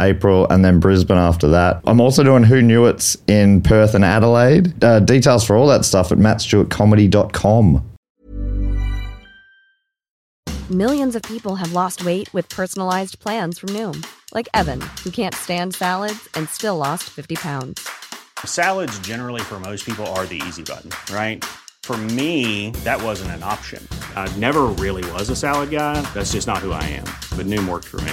April, and then Brisbane after that. I'm also doing Who Knew It's in Perth and Adelaide. Uh, details for all that stuff at mattstewartcomedy.com. Millions of people have lost weight with personalized plans from Noom, like Evan, who can't stand salads and still lost 50 pounds. Salads, generally, for most people, are the easy button, right? For me, that wasn't an option. I never really was a salad guy. That's just not who I am. But Noom worked for me.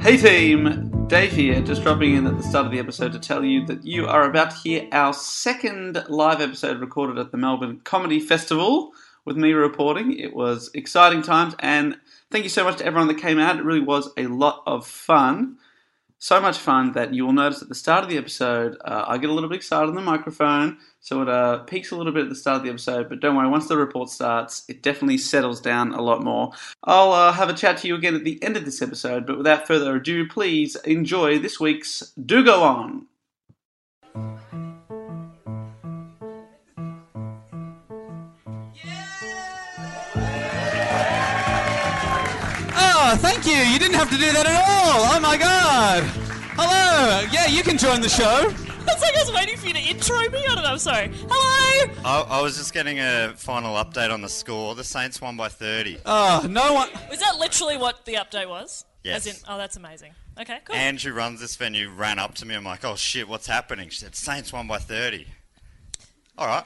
Hey team, Dave here, just dropping in at the start of the episode to tell you that you are about to hear our second live episode recorded at the Melbourne Comedy Festival with me reporting. It was exciting times, and thank you so much to everyone that came out. It really was a lot of fun. So much fun that you will notice at the start of the episode, uh, I get a little bit excited on the microphone, so it uh, peaks a little bit at the start of the episode. But don't worry, once the report starts, it definitely settles down a lot more. I'll uh, have a chat to you again at the end of this episode, but without further ado, please enjoy this week's Do Go On. Oh, thank you. You didn't have to do that at all. Oh my god. Hello. Yeah, you can join the show. It's like I was waiting for you to intro me. I don't know. I'm sorry. Hello. I, I was just getting a final update on the score. The Saints won by 30. Oh, no one. Was that literally what the update was? Yes. As in, oh, that's amazing. Okay, cool. And who runs this venue ran up to me. I'm like, oh shit, what's happening? She said, Saints won by 30. All right.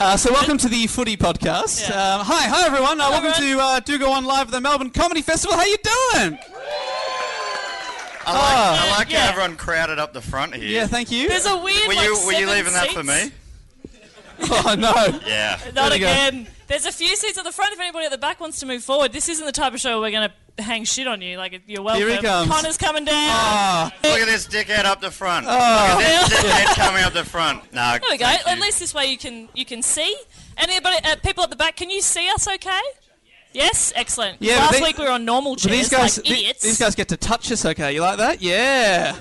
Uh, so, welcome to the Footy Podcast. Yeah. Um, hi, hi everyone. Uh, welcome everyone. to uh, Do Go On Live at the Melbourne Comedy Festival. How you I doing? like, I Oh. like Yeah. how everyone crowded up the front here. Yeah, thank you. There's a weird. were like, you, were you seven leaving that for me? seats. oh no. Yeah. Not There we go. again. There's a few seats at the front. If anybody at the back wants to move forward, this isn't the type of show where we're going to hang shit on you. Like you're welcome. he comes. Connor's coming down. Ah, Look at this dickhead up the front. Look at this dickhead coming up the front. No, Oh. there we go. thank you. At least this way you can you can see. Anybody, uh, people at the back, can you see us? Okay. Yes. Excellent. Yeah, but Last they- week we were on normal but chairs, these guys, like the- idiots. these guys get to touch us. Okay, you like that? Yeah.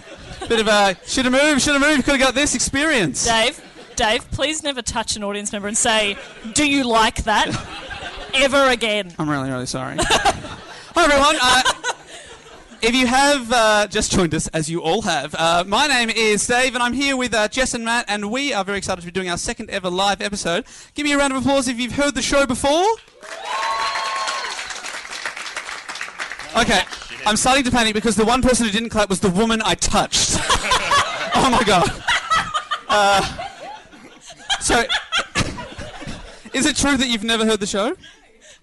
Bit of a should have moved, should have moved. Could have got this experience. Dave, Dave, please never touch an audience member and say, "Do you like that?" ever again. I'm really, really sorry. Hi, everyone. Uh, if you have uh, just joined us, as you all have, uh, my name is Dave, and I'm here with uh, Jess and Matt, and we are very excited to be doing our second ever live episode. Give me a round of applause if you've heard the show before. Okay, I'm starting to panic because the one person who didn't clap was the woman I touched. oh my god. Uh, so, is it true that you've never heard the show?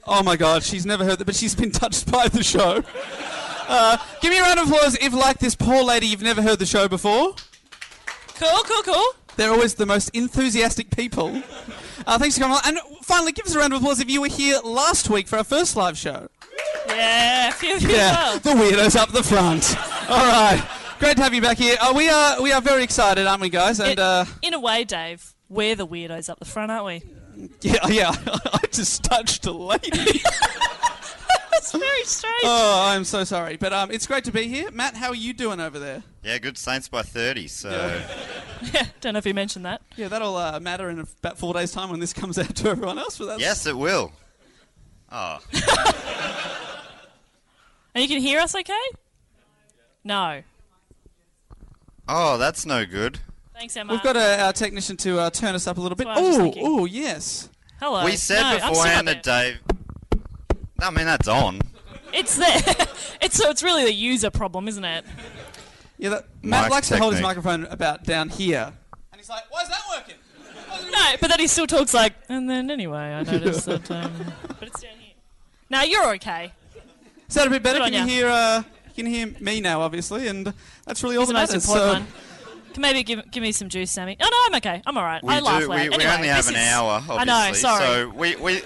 Oh my God, she's never heard that, but she's been touched by the show. Uh, give me a round of applause if, like this poor lady, you've never heard the show before. Cool, cool, cool. They're always the most enthusiastic people. Uh, thanks for coming along. And finally, give us a round of applause if you were here last week for our first live show. Yeah, few, few Yeah, yeah. the weirdos up the front. All right, great to have you back here. Uh, we are we are very excited, aren't we, guys? And uh, In a way, Dave, we're the weirdos up the front, aren't we? yeah, yeah, I just touched a lady. That's very strange. oh, I'm so sorry, but um, it's great to be here. Matt, how are you doing over there? Yeah, good Saints by 30. So yeah, don't know if you mentioned that. Yeah, that'll uh, matter in about four days' time when this comes out to everyone else. But that's yes, it will. Oh, And you can hear us, okay? No. oh, that's no good. Thanks, Emma. we've got a, our technician to uh, turn us up a little bit. That's what I was Oh, thinking. oh, yes. Hello. We said No, I'm still beforehand that up Dave. I mean, that's on. there. It's there. it's so it's really the user problem, isn't it? Yeah, that, Matt Mic likes to hold his technique. microphone about down here. And he's like, why is that working? No, but then he still talks like, and then anyway, I noticed that. Um, but it's down here. Now you're okay. Is that a bit better? Good Can you on ya. hear? Uh, you can hear me now, obviously, and that's really all He's the that most matters. important so- one. Can maybe give, give me some juice, Sammy. Oh no, I'm okay. I'm all right. We I laugh. do. loud. We, we Anyway, only have this an is- hour, obviously. I know. Sorry. So we, we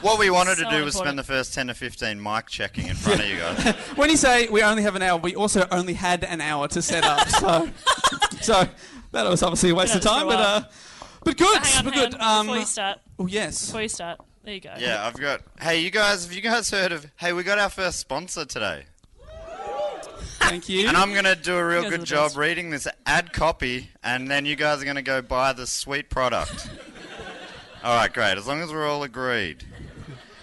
what we wanted So to do was important. spend the first ten to fifteen mic checking in front of you guys. When you say we only have an hour, we also only had an hour to set up. So, so that was obviously a waste of Been at it time. for a But uh, but good, hang on, but hang good. on. before you start. oh yes. Before you start. There you go. Yeah, I've got. Hey, you guys, have you guys heard of? Hey, we got our first sponsor today, Thank you. and I'm gonna do a real guys are good the job best. reading this ad copy, and then you guys are gonna go buy the sweet product. all right, great. As long as we're all agreed.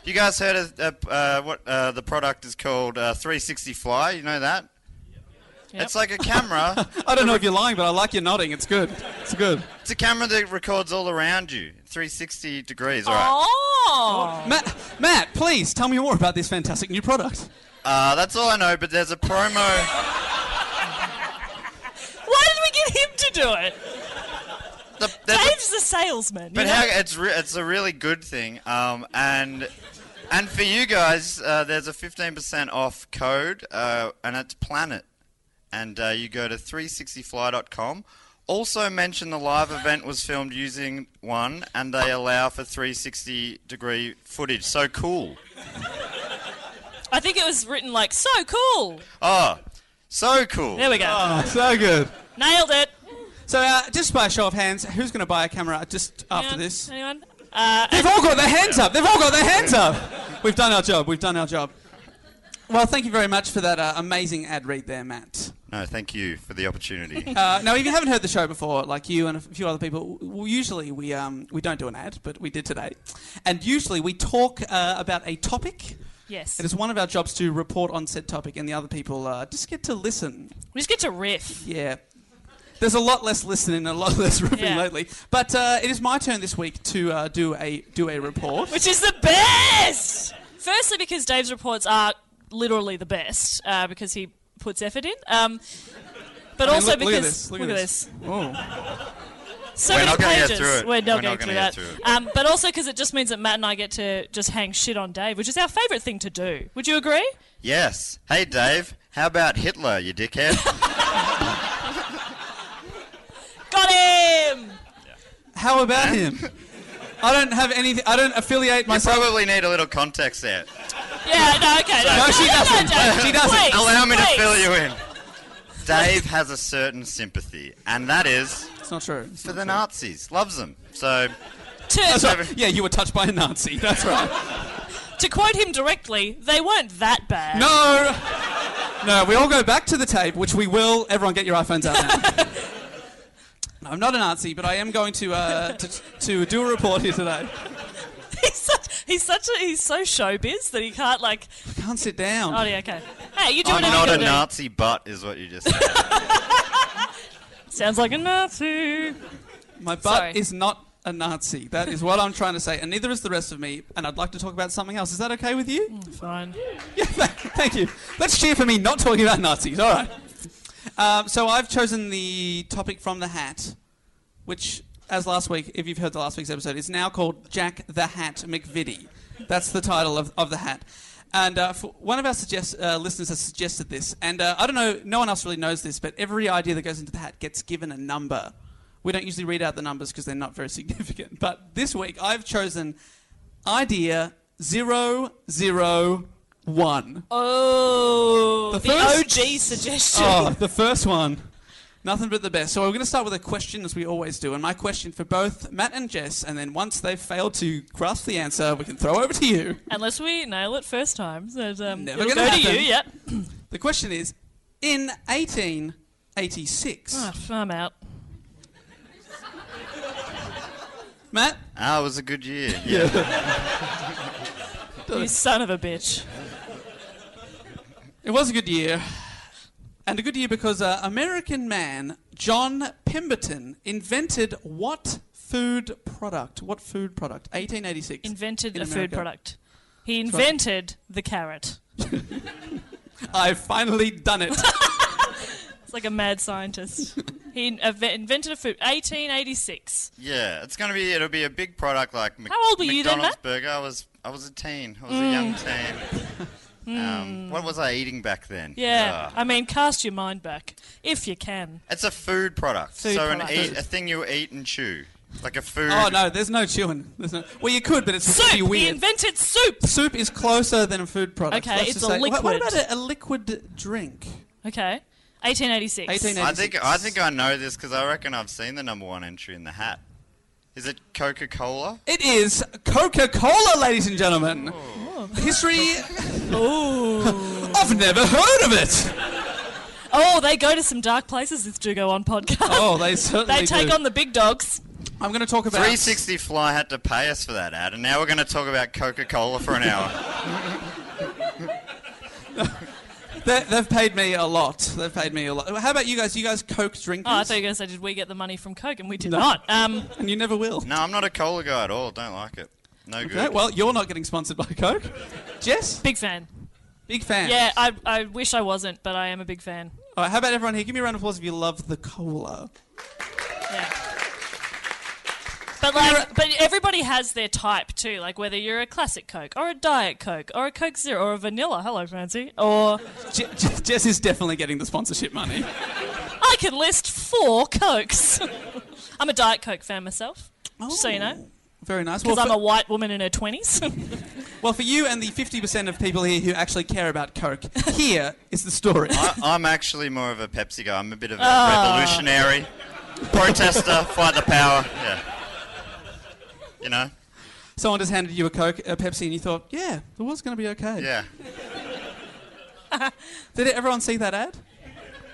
You guys heard of uh, uh, what uh, the product is called? Uh, 360 Fly. You know that? It's like a camera. I don't know if you're lying, but I like you nodding. It's good. It's good. It's a camera that records all around you, 360 degrees. All right. Oh. Matt, Matt, please tell me more about this fantastic new product. Uh, that's all I know. But there's a promo. Why did we get him to do it? the, there's a- Dave's the salesman. but you know? how, it's re- it's a really good thing. Um, and and for you guys, uh, there's a 15% off code, uh, and it's Planet. And uh, you go to 360fly.com. Also mention the live event was filmed using one, and they allow for 360 degree footage. So cool. I think it was written like so cool. Oh, so cool. There we go. Oh, so good. Nailed it. So uh, just by a show of hands, who's going to buy a camera just after Anyone? this? Anyone? Uh, They've all got their hands up. They've all got their hands up. We've done our job. We've done our job. Well, thank you very much for that uh, amazing ad read there, Matt. No, thank you for the opportunity. Uh, now, if you haven't heard the show before, like you and a few other people, w- w- usually we um, we don't do an ad, but we did today, and usually we talk uh, about a topic. yes. It is one of our jobs to report on said topic, and the other people uh, just get to listen. We just get to riff. Yeah. There's a lot less listening and a lot less ripping Yeah. lately. But uh, it is my turn this week to uh, do a do a report. which is the best. Firstly, because Dave's reports are literally the best uh, because he puts effort in. Um, but I mean, also look- look because at this, look at this. Oh. so We're many not gonna get pages. through it. We're We're not not going gonna to do get that. through it. Um, but also because it just means that Matt and I get to just hang shit on Dave, which is our favourite thing to do. Would you agree? yes. Hey, Dave. How about Hitler, you dickhead? Got him. How about him? I don't have anything. I don't affiliate you myself. probably need a little context there. Yeah. No. Okay. No, she no, doesn't. Dave, She doesn't. please, Allow me please. to fill you in. Dave has a certain sympathy, and that is It's not true. It's for not the true. Nazis. Loves them. So, To, That's right. Yeah, you were touched by a Nazi. That's right. to quote him directly, they weren't that bad. No. No, we all go back to the tape, which we will. Everyone, get your iPhones out now. No, I'm not a Nazi, but I am going to, uh, to to do a report here today. He's such. He's such. A, he's so showbiz that he can't like. Can't sit down. Oh yeah. Okay. Hey, you do I'm whatever not you a do. Nazi butt, is what you just said. Sounds like a Nazi. My butt Sorry. is not a Nazi. That is what I'm trying to say, and neither is the rest of me. And I'd like to talk about something else. Is that okay with you? Fine. Yeah, th- thank you. Let's cheer for me not talking about Nazis. All right. Um, so I've chosen the topic from the hat, which, as last week, if you've heard the last week's episode, is now called Jack the Hat McVitie. That's the title of, of the hat. And uh, for one of our suggest, uh, listeners has suggested this, and uh, I don't know, no one else really knows this, but every idea that goes into the hat gets given a number. We don't usually read out the numbers because they're not very significant. But this week, I've chosen idea zero zero one. Oh, The the, first- OG suggestion. Oh, the first one. Nothing but the best. So we're going to start with a question, as we always do. And my question for both Matt and Jess, and then once they've failed to grasp the answer, we can throw over to you. Unless we nail it first time, so um, Never it'll go gonna to happen. you. Yep. The question is: In 1886, Oh, I'm out. Matt, Ah, it was a good year. Yeah. You son of a bitch. it was a good year, and a good year because uh, American man John Pemberton invented what food product? What food product? 1886. Invented In a food America. product. He right. invented the carrot. I've finally done it. It's like a mad scientist. He inve- invented a food 1886. Yeah, it's gonna be. It'll be a big product like Mc- How old were you then, McDonald's Matt? Mm. burger. I was. I was a teen. I was a young teen. Um, what was I eating back then? Yeah, Ah. I mean, cast your mind back if you can. It's a food product. Food so product. an eat a thing you eat and chew, like a food. Oh no, there's no chewing. There's no. Well, you could, but it's Soup. pretty He weird. invented soup. Soup is closer than a food product. Okay, Let's it's just a say- What, what about liquid. a, a liquid drink? Okay, 1886. 1886. I think I think I know this because I reckon I've seen the number one entry in the hat. Is it Coca Cola? It is Coca-Cola, ladies and gentlemen. Oh. History. I've never heard of it. Oh, they go to some dark places with Do Go On podcast. Oh, they certainly they take do. on the big dogs. I'm going to talk about 360 Fly had to pay us for that ad, and now we're going to talk about Coca Cola for an hour. They, they've paid me a lot. They've paid me a lot. How about you guys? You guys Coke drinkers? Oh, I thought you were going to say, did we get the money from Coke? And we did not. Um, and you never will. No, I'm not a cola guy at all. Don't like it. No good. Okay, well, you're not getting sponsored by Coke. Jess, big fan. big fan. Yeah, I, I wish I wasn't, but I am a big fan. All right, how about everyone here? Give me a round of applause if you love the cola. Yeah. But like, but everybody has their type too. Like whether you're a classic Coke or a Diet Coke or a Coke Zero or a vanilla. Hello, Francie. Or Je- Je- Jess is definitely getting the sponsorship money. I can list four Cokes. I'm a Diet Coke fan myself, Oh. just so you know, Very nice. because Well, I'm for, a white woman in her twenties. well, for you and the 50% of people here who actually care about Coke, here is the story. I, I'm actually more of a Pepsi guy. I'm a bit of a Ah. revolutionary, protester, fight the power. Yeah. You know? Someone just handed you a Coke, a Pepsi, and you thought, yeah, the world's going to be okay. Yeah. Did everyone see that ad?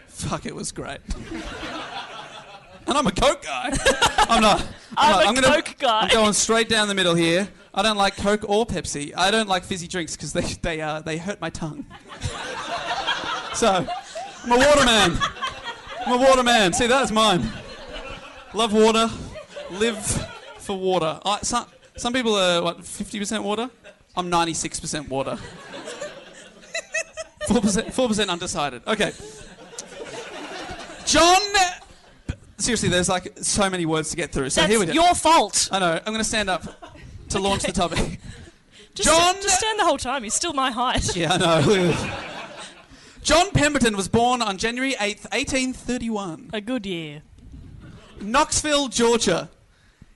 Fuck, it was great. and I'm a Coke guy. I'm not. I'm, I'm not. a I'm gonna, Coke guy. I'm going straight down the middle here. I don't like Coke or Pepsi. I don't like fizzy drinks because they they uh, they hurt my tongue. so, I'm a water man. I'm a water man. See, that is mine. Love water. Live for water. I, some some people are what 50% water. I'm 96% water. Four percent. Four percent undecided. Okay. John. Seriously, there's like so many words to get through. So That's here we go. your fault. I know. I'm going to stand up to launch the topic. Just, John- just stand the whole time. You're still my height. yeah, I know. John Pemberton was born on January 8th, 1831, A good year. Knoxville, Georgia.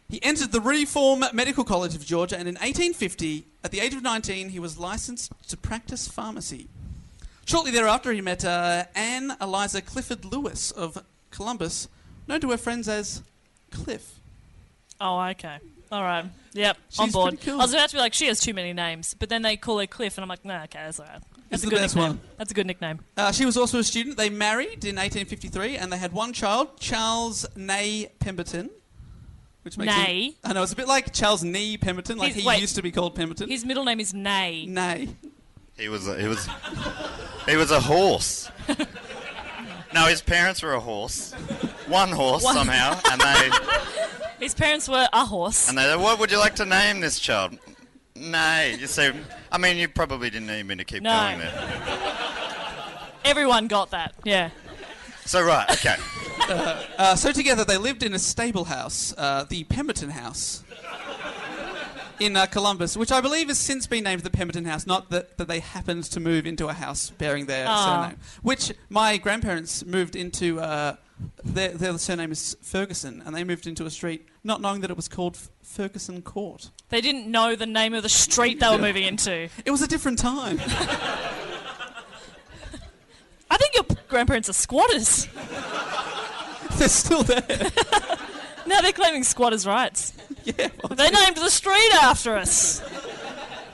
He entered the Reform Medical College of Georgia, and in 1850, at the age of 19, he was licensed to practice pharmacy. Shortly thereafter, he met uh, Anne Eliza Clifford Lewis of Columbus, known to her friends as Cliff. Oh, okay. All right. Yep. on She's board. pretty cool. I was about to be like, she has too many names, but then they call her Cliff, and I'm like, nah, okay, that's all right. It's That's a the good best nickname. one. That's a good nickname. Uh, she was also a student. They married in 1853, and they had one child, Charles Ney Pemberton. Which makes him- Ney? I know it's a bit like Charles Nee Pemberton, like He's- he wait. used to be called Pemberton. His middle name is Nay. Ney. He was a, he was he was a horse. No, his parents were a horse. One horse somehow, and they His parents were a horse. and they. What would you like to name this child? Nay, you see, I mean, you probably didn't need me to keep No. going there. Everyone got that. Yeah. So right, okay. Uh, so together they lived in a stable house, uh, the Pemberton House, in uh, Columbus, which I believe has since been named the Pemberton House, not that, that they happened to move into a house bearing their Ah. surname. Which my grandparents moved into, uh, their, their surname is Ferguson, and they moved into a street not knowing that it was called F- Ferguson Court. They didn't know the name of the street they were moving into. It was a different time. I think your p- grandparents are squatters. They're still there. Now they're claiming squatters' rights. yeah, well, They named the street after us.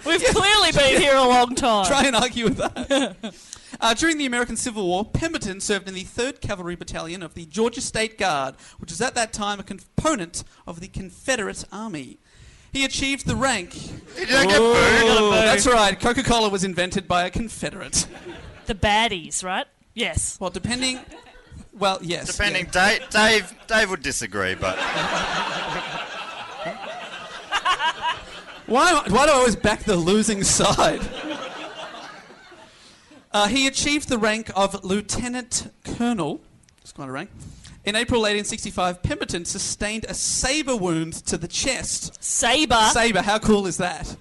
We've clearly been here a long time. try and argue with that. Uh, during the American Civil War, Pemberton served in the 3rd Cavalry Battalion of the Georgia State Guard, which was at that time a component of the Confederate Army. He achieved the rank. Did you get booed? Oh, that's right. Coca Cola was invented by a Confederate. The baddies, right? Yes. Well, depending. Well, yes. Depending, Dave, Dave, Dave would disagree, but Why, why do I always back the losing side? Uh, he achieved the rank of lieutenant colonel It's quite a rank. In April 1865, Pemberton sustained a saber wound to the chest. Saber. Saber, how cool is that?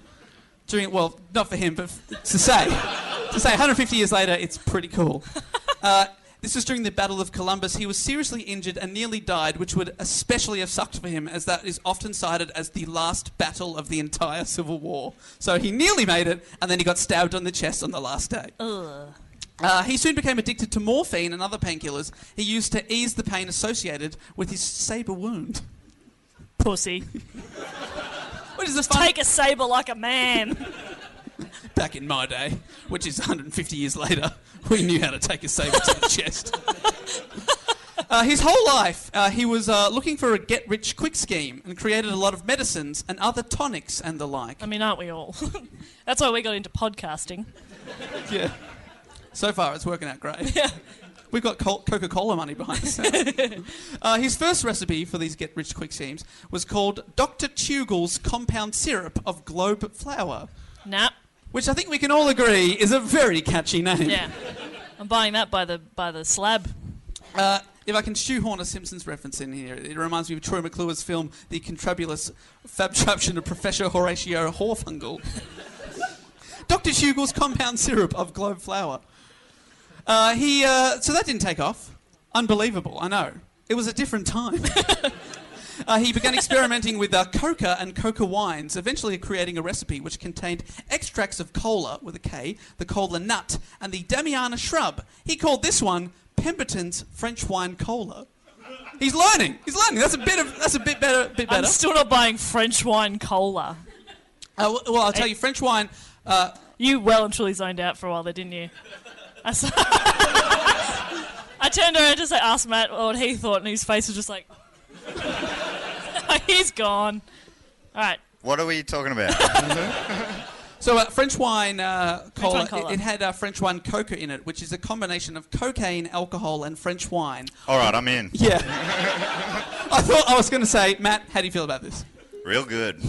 During well, not for him, but f- to say, to say, 150 years later, it's pretty cool. Uh, this was during the Battle of Columbus. He was seriously injured and nearly died, which would especially have sucked for him, as that is often cited as the last battle of the entire Civil War. So he nearly made it, and then he got stabbed on the chest on the last day. Uh, he soon became addicted to morphine and other painkillers he used to ease the pain associated with his saber wound. Pussy. Which is a fun Take a saber like a man. back in my day, which is 150 years later, we knew how to take a saber to the chest. Uh, his whole life, uh, he was uh, looking for a get rich quick scheme and created a lot of medicines and other tonics and the like. I mean, aren't we all? That's why we got into podcasting. Yeah. So far, it's working out great. We've got Col- Coca Cola money behind us. now. uh, his first recipe for these get rich quick schemes was called Dr. Tugel's Compound Syrup of Globe Flower, Nah. which I think we can all agree is a very catchy name. Yeah. I'm buying that by the by the slab. Uh, if I can shoehorn a Simpsons reference in here, it reminds me of Troy McClure's film, The Contrabulous Fabtraption of Professor Horatio Horfungal. Dr. Shugel's compound syrup of globe flower. Uh, he, uh, so that didn't take off. Unbelievable, I know. It was a different time. Uh, he began experimenting with uh, coca and coca wines, eventually creating a recipe which contained extracts of cola with a K, the cola nut, and the Damiana shrub. He called this one Pemberton's French wine cola. He's learning. He's learning. That's a bit of. That's a bit better. Bit I'm better. still not buying French wine cola. Uh, w- well, I'll tell you, French wine. You well and truly zoned out for a while there, didn't you? I, s- I turned around to say, ask Matt what he thought, and his face was just like, he's gone. All right. What are we talking about? So uh, French wine uh, cola, wine cola. It, it had uh, French wine coca in it, which is a combination of cocaine, alcohol, and French wine. All right, I'm in. Yeah. I thought I was going to say, Matt, how do you feel about this? Real good.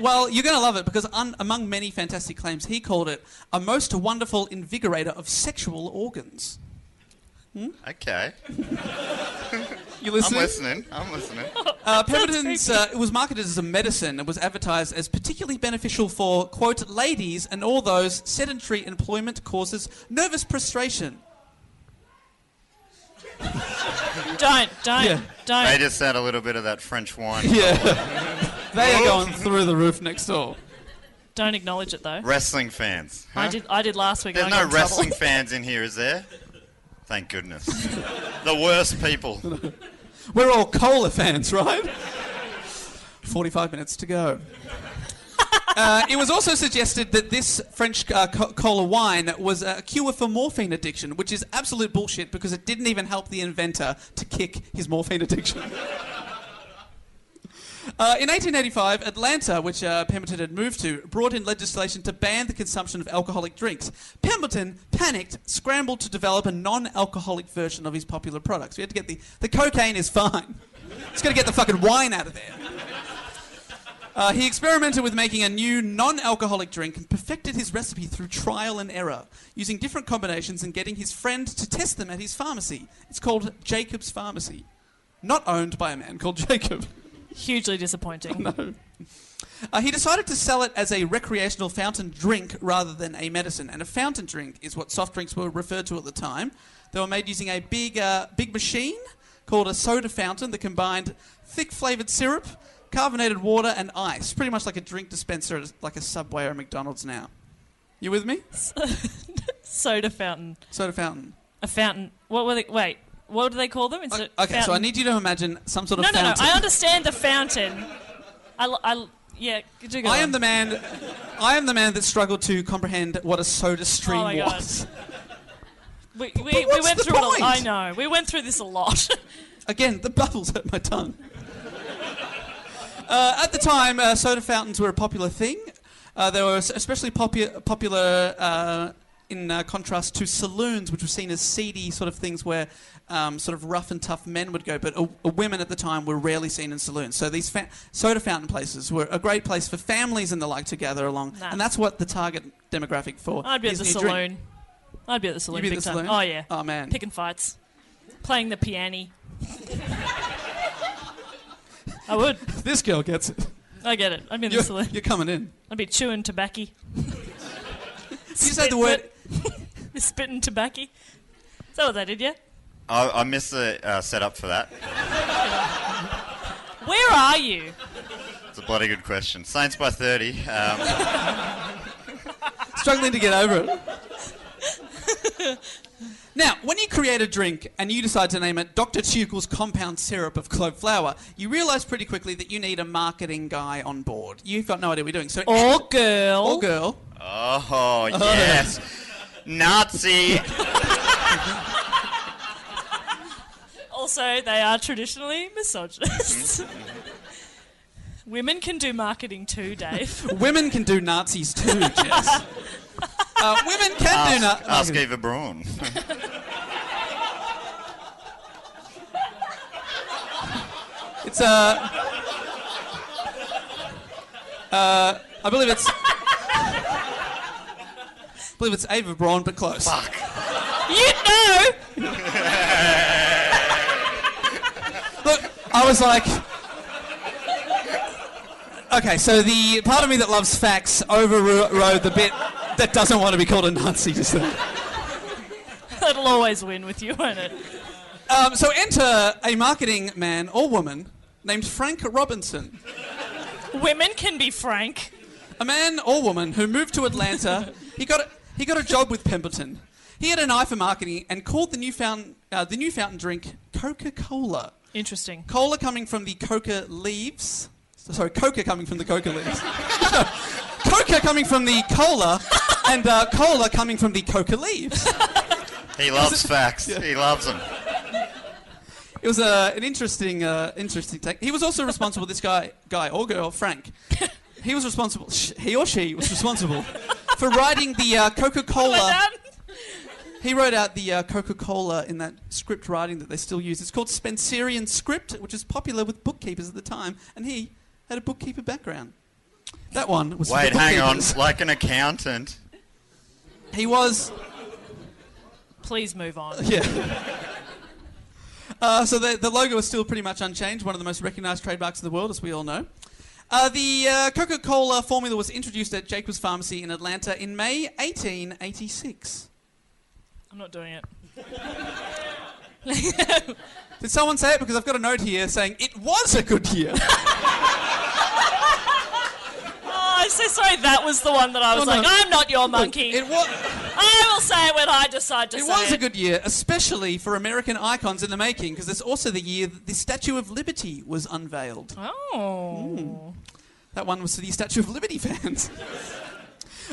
Well, you're going to love it because un- among many fantastic claims, he called it a most wonderful invigorator of sexual organs. Okay. I'm You listening? listening. I'm listening. Uh, Pemberton's uh, it was marketed as a medicine and was advertised as particularly beneficial for quote ladies and all those sedentary employment causes nervous prostration. Don't, don't, Yeah. don't. They just had a little bit of that French wine. Yeah, they are going through the roof next door. Don't acknowledge it, though. Wrestling fans. I did, I did last week. There's and I no got in trouble. wrestling fans in here, is there? Thank goodness. the worst people. We're all cola fans, right? 45 minutes to go. Uh, it was also suggested that this French uh, co- cola wine was a cure for morphine addiction, which is absolute bullshit because it didn't even help the inventor to kick his morphine addiction. Uh, in 1885, Atlanta, which uh, Pemberton had moved to, brought in legislation to ban the consumption of alcoholic drinks. Pemberton panicked, scrambled to develop a non alcoholic version of his popular products. We had to get the. The cocaine is fine. It's got to get the fucking wine out of there. Uh, he experimented with making a new non alcoholic drink and perfected his recipe through trial and error, using different combinations and getting his friend to test them at his pharmacy. It's called Jacob's Pharmacy, not owned by a man called Jacob. Hugely disappointing. Uh, he decided to sell it as a recreational fountain drink rather than a medicine. And a fountain drink is what soft drinks were referred to at the time. They were made using a big, uh, big machine called a soda fountain that combined thick flavored syrup, carbonated water, and ice. Pretty much like a drink dispenser, at like a Subway or a McDonald's now. You with me? Soda fountain. Soda fountain. A fountain. What were they? Wait. What do they call them? Instead Okay, of so I fountain- need you to imagine some sort of No, no, no. fountain. I understand the fountain. I, l- I l- yeah, do go I on. am the man. I am the man that struggled to comprehend what a soda stream Oh my God. was. We, we, we what's went the through it. point? A, I know. We went through this a lot. Again, the bubbles hurt my tongue. Uh, at the time, uh, soda fountains were a popular thing. Uh, they were especially popu- popular uh, in uh, contrast to saloons, which were seen as seedy sort of things where um, sort of rough and tough men would go. But uh, uh, women at the time were rarely seen in saloons. So these fa- soda fountain places were a great place for families and the like to gather along. Nah. And that's what the target demographic for I'd be at his the new saloon. drink- I'd be at the saloon You'd be at big the time. saloon? Oh yeah. Oh, man. Picking fights, playing the piano. I would. This girl gets it. I get it. I'd be in You're, the saloon. you're coming in. I'd be chewing tobacco. you You said the word. spitting tobacco. Is that what they did? Yeah. I, I missed the uh, setup for that. Where are you? It's a bloody good question. Saints by 30. Um, struggling to get over it. now, when you create a drink and you decide to name it Dr. Tugel's Compound Syrup of Clove Flower, you realise pretty quickly that you need a marketing guy on board. You've got no idea what you're doing. So, Or girl? Or girl. oh, yes. Nazi. Also, they are traditionally misogynists. Women can do marketing too, Dave. Women can do Nazis too, Jess. Uh, women can do Ask, Nazis. ask Eva Braun. It's a. Uh, uh, uh, I believe it's. I believe it's Ava Braun, but close. you know! Look, I was like. Okay, so the part of me that loves facts overrode the bit that doesn't want to be called a Nazi just then. That'll always win with you, won't it? Um, so enter a marketing man or woman named Frank Robinson. Women can be frank. A man or woman who moved to Atlanta. He got a, he got a job with Pemberton. He had an eye for marketing and called the new fountain, uh, the new fountain drink Coca Cola. Interesting. Cola coming from the coca leaves. Sorry, coca coming from the coca leaves. No, coca coming from the cola, and uh, cola coming from the coca leaves. He loves facts. He loves them. It was uh, an interesting, uh, interesting take. He was also responsible. This guy, guy or girl, Frank. He was responsible. sh- He or she was responsible for writing the uh, Coca Well Cola. done. He wrote out the uh, Coca Cola in that script writing that they still use. It's called Spencerian script, which was popular with bookkeepers at the time, and he had a bookkeeper background. That one was. for Wait, hang on. bookkeepers. Like an accountant. He was. Please move on. Yeah. Uh, so the, the logo is still pretty much unchanged, one of the most recognized trademarks in the world, as we all know. Uh, the uh, Coca Cola formula was introduced at Jacobs Pharmacy in Atlanta in May 1886. I'm not doing it. Did someone say it? Because I've got a note here saying it was a good year. Oh, I'm so sorry. That was the one that I was Oh, no. like, I'm not your monkey. It was, I will say it when I decide to it say was a it. good year, especially for American icons in the making, because it's also the year that the Statue of Liberty was unveiled. Mm. Oh. That one was for the Statue of Liberty fans.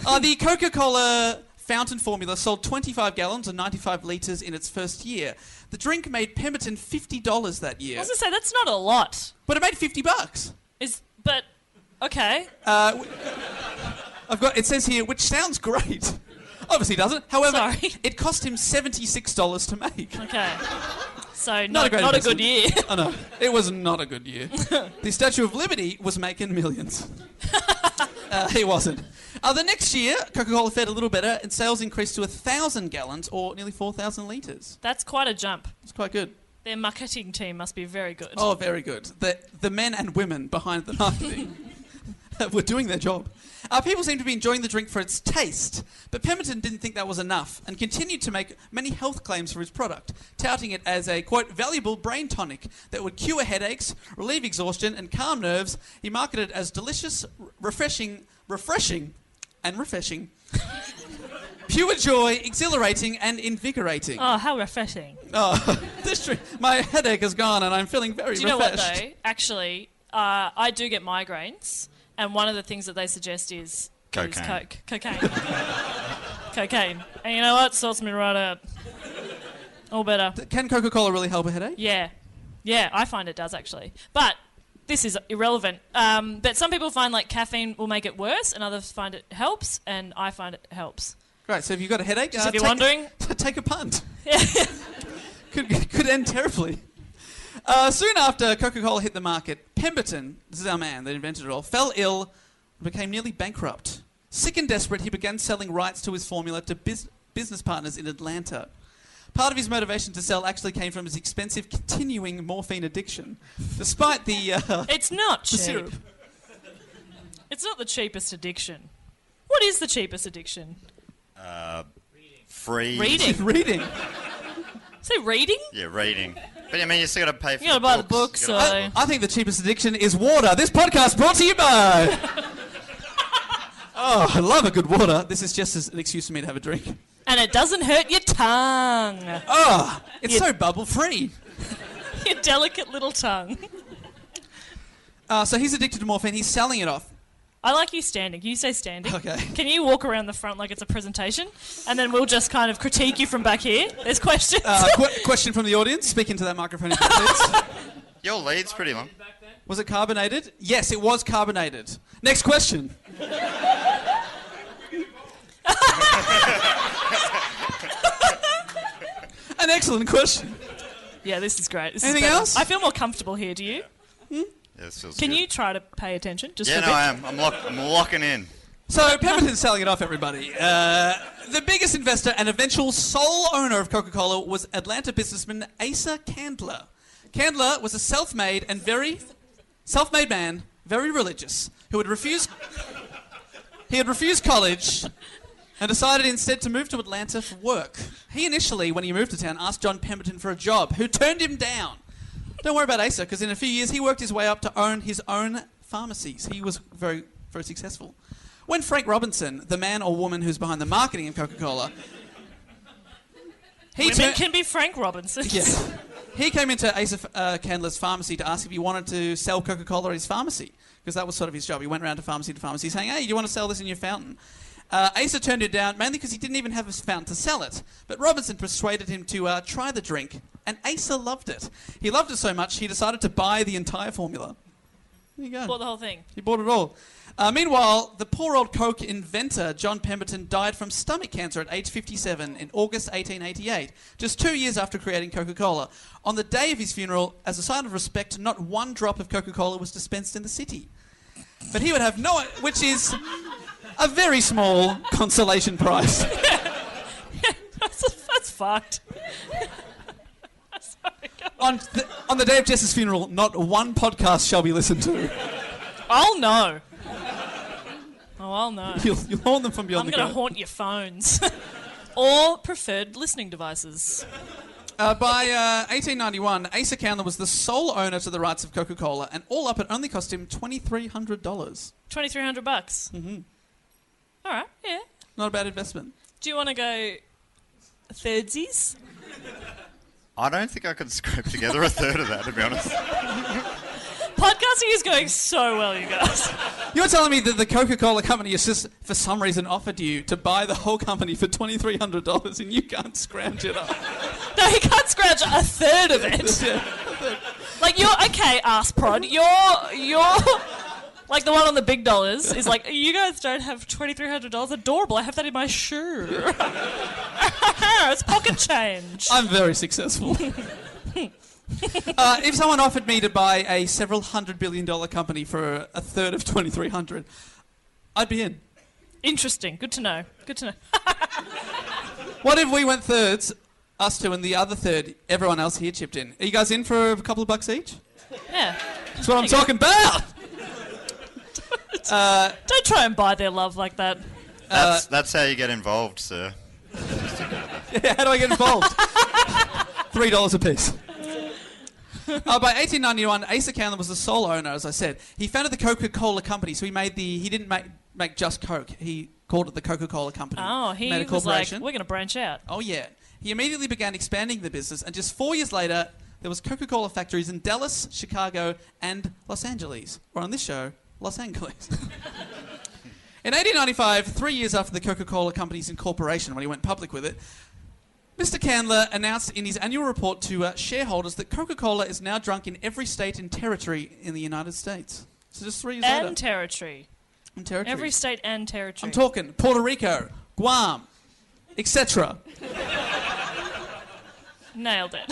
uh, the Coca Cola fountain formula sold 25 gallons or 95 litres in its first year. The drink made Pemberton $50 that I year, was gonna say that's not a lot. but it made 50 bucks. Is but okay. I've got it says here, which sounds great. Obviously doesn't. However, Sorry. it cost him $76 to make. Okay. So not, Not a great not a investment. good year. I know. It was not a good year. the Statue of Liberty was making millions. uh, he wasn't. Uh, the next year, Coca Cola fared a little better, and sales increased to 1,000 gallons or nearly 4,000 litres. That's quite a jump. It's quite good. Their marketing team must be very good. Oh, very good. The, the men and women behind the marketing were doing their job. Uh, people seemed to be enjoying the drink for its taste, but Pemberton didn't think that was enough and continued to make many health claims for his product, touting it as a, quote, valuable brain tonic that would cure headaches, relieve exhaustion, and calm nerves. He marketed it as delicious, r- refreshing, refreshing, and refreshing. Pure joy, exhilarating, and invigorating. Oh, how refreshing. Oh, this drink, my headache is gone, and I'm feeling very Do you know what refreshed. though? Actually, uh, I do get migraines, and one of the things that they suggest is is Cocaine. coke, cocaine, cocaine. And you know what? Sorts me right out. All better. Can Coca Cola really help a headache? Yeah, yeah. I find it does actually, but. This is irrelevant. Um, but some people find like caffeine will make it worse, and others find it helps, and I find it helps. Great. So if you've got a headache, Just uh, if you're take, wondering. take a punt. could could end terribly. Uh, soon after Coca-Cola hit the market, Pemberton, this is our man that invented it all, fell ill and became nearly bankrupt. Sick and desperate, he began selling rights to his formula to bus- business partners in Atlanta. Part of his motivation to sell actually came from his expensive continuing morphine addiction, despite the, uh, It's not the cheap. syrup. It's not the cheapest addiction. What is the cheapest addiction? Free. Reading. Reading. Say reading? Yeah, reading. But I mean, you still got to pay for. You gotta the buy the books. books, You gotta- so. I think the cheapest addiction is water. This podcast brought to you by. oh, I love a good water. This is just as an excuse for me to have a drink. And it doesn't hurt your tongue. Oh, it's so bubble free. Your delicate little tongue. Uh, so he's addicted to morphine. He's selling it off. I like you standing. You say standing. Okay. Can you walk around the front like it's a presentation? And then we'll just kind of critique you from back here. There's questions. Uh, qu- question from the audience. Speak into that microphone, if you please. Your lead's pretty long. Was it carbonated? Yes, it was carbonated. Next question. An excellent question. yeah, this is great. This is Anything better. else? I feel more comfortable here. Do you? Yeah, this feels Can good. you try to pay attention just Yeah, for a no, bit? I am. I'm, lock- I'm locking in. So Pemberton's selling it off, everybody. Uh, the biggest investor and eventual sole owner of Coca-Cola was Atlanta businessman Asa Candler. Candler was a self-made and very self-made man, very religious, who had refused he had refused college and decided instead to move to Atlanta for work. He initially, when he moved to town, asked John Pemberton for a job, who turned him down. Don't worry about Asa, because in a few years he worked his way up to own his own pharmacies. He was very, very successful. When Frank Robinson, the man or woman who's behind the marketing of Coca-Cola, he Women tur- can be Frank Robinson. Yes. He came into Asa uh, Candler's pharmacy to ask if he wanted to sell Coca Cola at his pharmacy, because that was sort of his job. He went around to pharmacy to pharmacy saying, hey, do you want to sell this in your fountain? Uh, Asa turned it down mainly because he didn't even have his fountain to sell it. But Robinson persuaded him to uh, try the drink, and Asa loved it. He loved it so much, he decided to buy the entire formula. There you go. Bought the whole thing. He bought it all. Uh, meanwhile, the poor old Coke inventor, John Pemberton, died from stomach cancer at age 57 in August 1888, just two years after creating Coca Cola. On the day of his funeral, as a sign of respect, not one drop of Coca Cola was dispensed in the city. But he would have no, which is a very small consolation prize. That's, that's fucked. on, the, on the day of Jess's funeral, not one podcast shall be listened to. I'll know. Oh, I'll know. You'll, you'll haunt them from beyond I'm the going grave. to haunt your phones or preferred listening devices. Uh, by uh, 1891, Asa Candler was the sole owner to the rights of Coca Cola, and all up it only cost him $2,300. Twenty three hundred bucks. Mm-hmm. All right. Yeah. Not a bad investment. Do you want to go thirdsies? I don't think I could scrape together a third of that, to be honest. Uh, Podcasting is going so well, you guys. You're telling me that the Coca Cola company is just, for some reason, offered you to buy the whole company for $2,300 and you can't scrounge it up. No, he can't scratch a third of it. Like you're okay, ass prod. You're you're like the one on the big dollars is like you guys don't have twenty three hundred dollars. Adorable. I have that in my shoe. it's pocket change. I'm very successful. uh, if someone offered me to buy a several hundred billion dollar company for a third of 2300 I'd be in. Interesting. Good to know. Good to know. What if we went thirds, us two, and the other third, everyone else here chipped in? Are you guys in for a couple of bucks each? Yeah. That's what I'm talking about. Don't try and buy their love like that. That's, that's how you get involved, sir. Yeah, how do I get involved? Three dollars a piece. Uh, by 1891, Asa Candler was the sole owner, as I said. He founded the Coca-Cola Company, so he made the. He didn't make make just Coke. He called it the Coca-Cola Company. Oh, he made a was like, corporation. we're going to branch out. Oh yeah. He immediately began expanding the business, and just four years later, there was Coca-Cola factories in Dallas, Chicago, and Los Angeles. Or on this show, Los Angeles. in 1895, three years after the Coca-Cola Company's incorporation, when he went public with it. Mr. Candler announced in his annual report to uh, shareholders that Coca-Cola is now drunk in every state and territory in the United States. So just three years And later, territory. and territory. Every state and territory. I'm talking Puerto Rico, Guam, etc. Nailed it.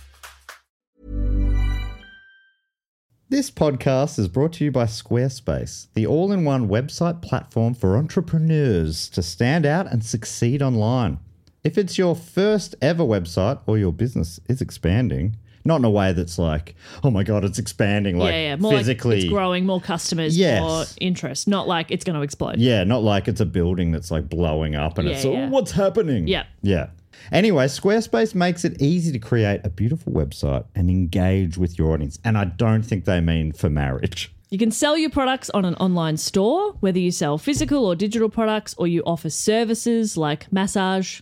This podcast is brought to you by Squarespace, the all in one website platform for entrepreneurs to stand out and succeed online. If it's your first ever website or your business is expanding, not in a way that's like, oh my God, it's expanding, like yeah, yeah. More physically. like it's growing, more customers, Yes. more interest. Not like it's going to explode. Yeah, not like it's a building that's like blowing up and Yeah, it's, oh, yeah. what's happening? Yeah. Yeah. Anyway, Squarespace makes it easy to create a beautiful website and engage with your audience. And I don't think they mean for marriage. You can sell your products on an online store, whether you sell physical or digital products, or you offer services like massage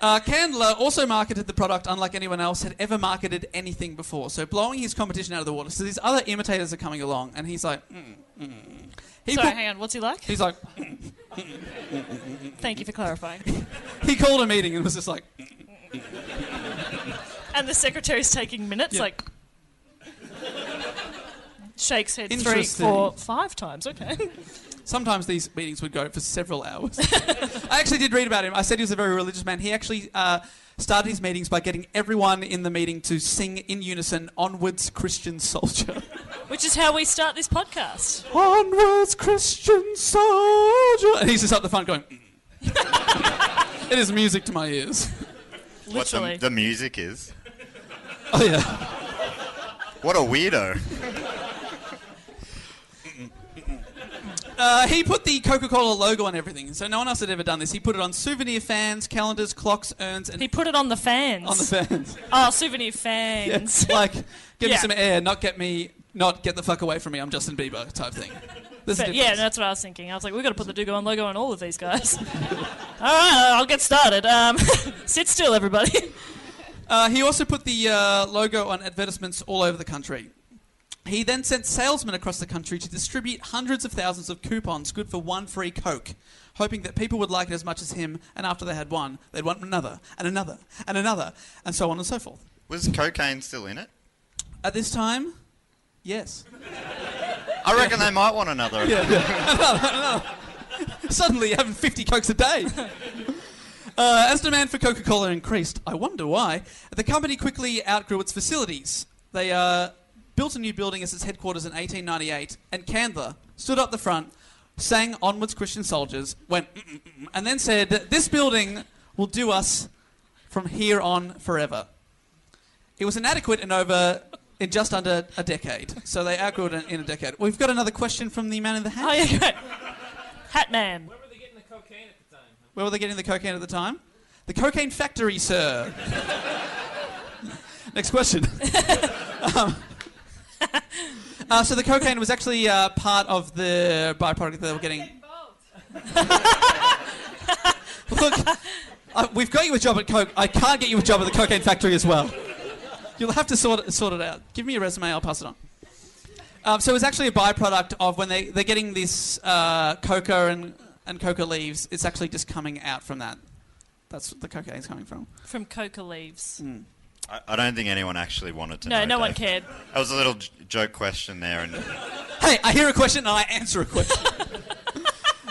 Uh, Candler also marketed the product unlike anyone else had ever marketed anything before, so blowing his competition out of the water. So these other imitators are coming along, and he's like, mm, mm. He Sorry, put- hang on. What's he like? he's like, Thank you for clarifying. he called a meeting and was just like, mm. And the secretary's taking minutes, Yeah. like shakes head three, Interesting. four, five times. Okay. sometimes these meetings would go for several hours. I actually did read about him. I said he was a very religious man. He actually uh, started his meetings by getting everyone in the meeting to sing in unison, "Onwards, Christian Soldier." Which is how we start this podcast. Onwards, Christian soldier. And he's just up the front going. "Mm." it is music to my ears. What the, Literally. the music is. Oh yeah. What a weirdo. Uh, he put the Coca-Cola logo on everything, so no one else had ever done this. He put it on souvenir fans, calendars, clocks, urns, and he put it on the fans. on the fans. oh, souvenir fans. like, give me Yeah. some air, not get me, not get the fuck away from me. I'm Justin Bieber type thing. This But is yeah, different. that's what I was thinking. I was like, we've got to put the Dugo on logo on all of these guys. all right, I'll get started. Um, sit still, everybody. Uh, he also put the uh, logo on advertisements all over the country. He then sent salesmen across the country to distribute hundreds of thousands of coupons good for one free Coke, hoping that people would like it as much as him, and after they had one, they'd want another, and another, and another, and so on and so forth. Was cocaine still in it? At this time, yes. I reckon they might want another. Suddenly, you're having 50 Cokes a day. Uh, as demand for Coca Cola increased, I wonder why, the company quickly outgrew its facilities. They uh, built a new building as its headquarters in 1898, and Candler stood up the front, sang Onwards Christian Soldiers, went, "Mm, Mm-mm-mm, and then said, This building will do us from here on forever. It was inadequate in over. In just under a decade, so they outgrew it in- in a decade. We've got another question from the man in the hat. Oh, yeah, great. Hat man. Where were they getting the cocaine at the time? The cocaine factory, sir. Next question. Um, uh, so the cocaine was actually uh, part of the byproduct that they were getting. Look, uh, we've got you a job at Coke. I can't get you a job at the cocaine factory as well. You'll have to sort it, sort it out. Give me your resume. I'll pass it on. Um, so it was actually a byproduct of when they, they're getting this uh, coca and, and coca leaves. It's actually just coming out from that. That's what the cocaine's coming from. From coca leaves. I, I don't think anyone actually wanted to No, know. no one Dave. cared. That was a little j- joke question there. And Hey, I hear a question and I answer a question.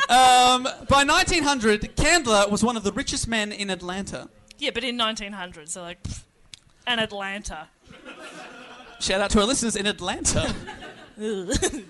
Um, By 1900, Candler was one of the richest men in Atlanta. Yeah, but in 1900, so like, pfft, and Atlanta. Shout out to our listeners in Atlanta.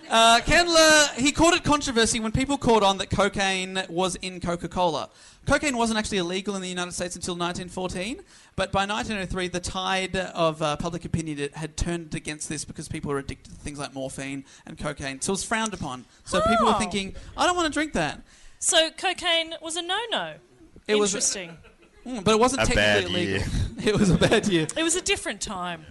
uh, Candler, he called it controversy when people caught on that cocaine was in Coca Cola. Cocaine wasn't actually illegal in the United States until 1914, but by 1903, the tide of uh, public opinion it had turned against this because people were addicted to things like morphine and cocaine. So it was frowned upon. So people were Oh. thinking, I don't want to drink that. So cocaine was a no-no. It was- Interesting. Mm, but it wasn't A bad technically year. illegal. It was a bad year. It was a different time.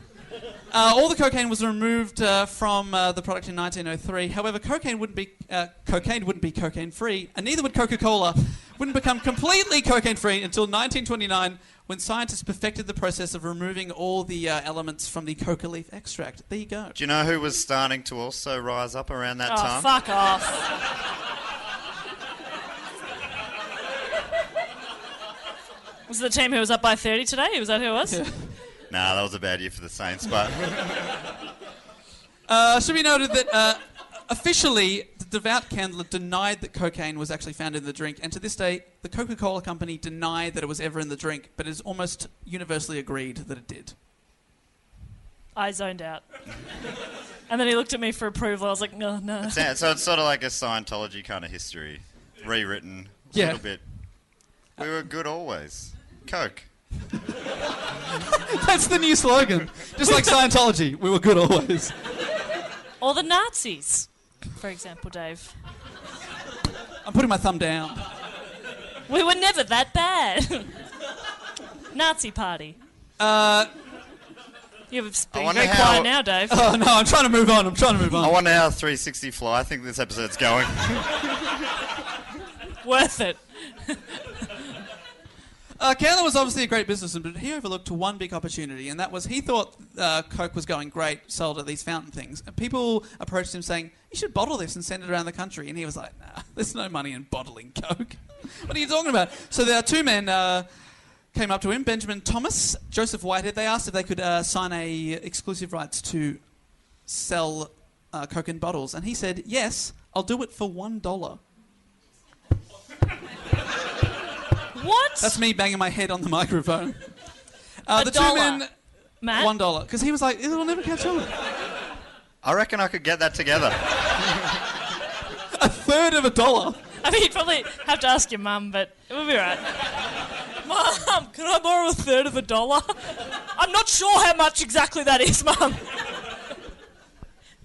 Uh, all the cocaine was removed uh, from uh, the product in 1903. However, cocaine wouldn't be uh, cocaine wouldn't be cocaine free, and neither would Coca-Cola. Wouldn't become completely cocaine free until 1929, when scientists perfected the process of removing all the uh, elements from the coca leaf extract. There you go. Do you know who was starting to also rise up around that Oh, time? fuck off. Was it the team who was up by 30 today? Was that who it was? Nah, that was a bad year for the Saints, but Uh, should be noted that uh, officially, the devout Candler denied that cocaine was actually found in the drink, and to this day, the Coca-Cola company denied that it was ever in the drink, but it is almost universally agreed that it did. I zoned out. And then he looked at me for approval. I was like, no, no. so so it's sort of like a Scientology kind of history, rewritten a Yeah. little bit. We were good always. Coke. That's the new slogan. Just like Scientology, we were good always. Or the Nazis, for example, Dave. I'm putting my thumb down. We were never that bad. Nazi party. Uh, You've been wonder very how- quiet now, Dave. Oh no, I'm trying to move on. I'm trying to move I on. wonder how 360 Fly I think this episode's going. Worth it. Uh, Candler was obviously a great businessman, but he overlooked one big opportunity, and that was he thought uh, Coke was going great, sold at these fountain things. And people approached him saying, "You should bottle this and send it around the country." And he was like, "Nah, there's no money in bottling Coke. what are you talking about?" So there are two men. Uh, Came up to him, Benjamin Thomas, Joseph Whitehead. They asked if they could uh, sign a exclusive rights to sell uh, Coke in bottles, and he said, "Yes, I'll do it for one dollar." What? That's me banging my head on the microphone. Uh, A the dollar. two men, Matt? one dollar, because he was like, "It'll never catch on." I reckon I could get that together. A third of a dollar. I mean, you'd probably have to ask your mum, but it would be all right. Mum, can I borrow a third of a dollar? I'm not sure how much exactly that is, Mum.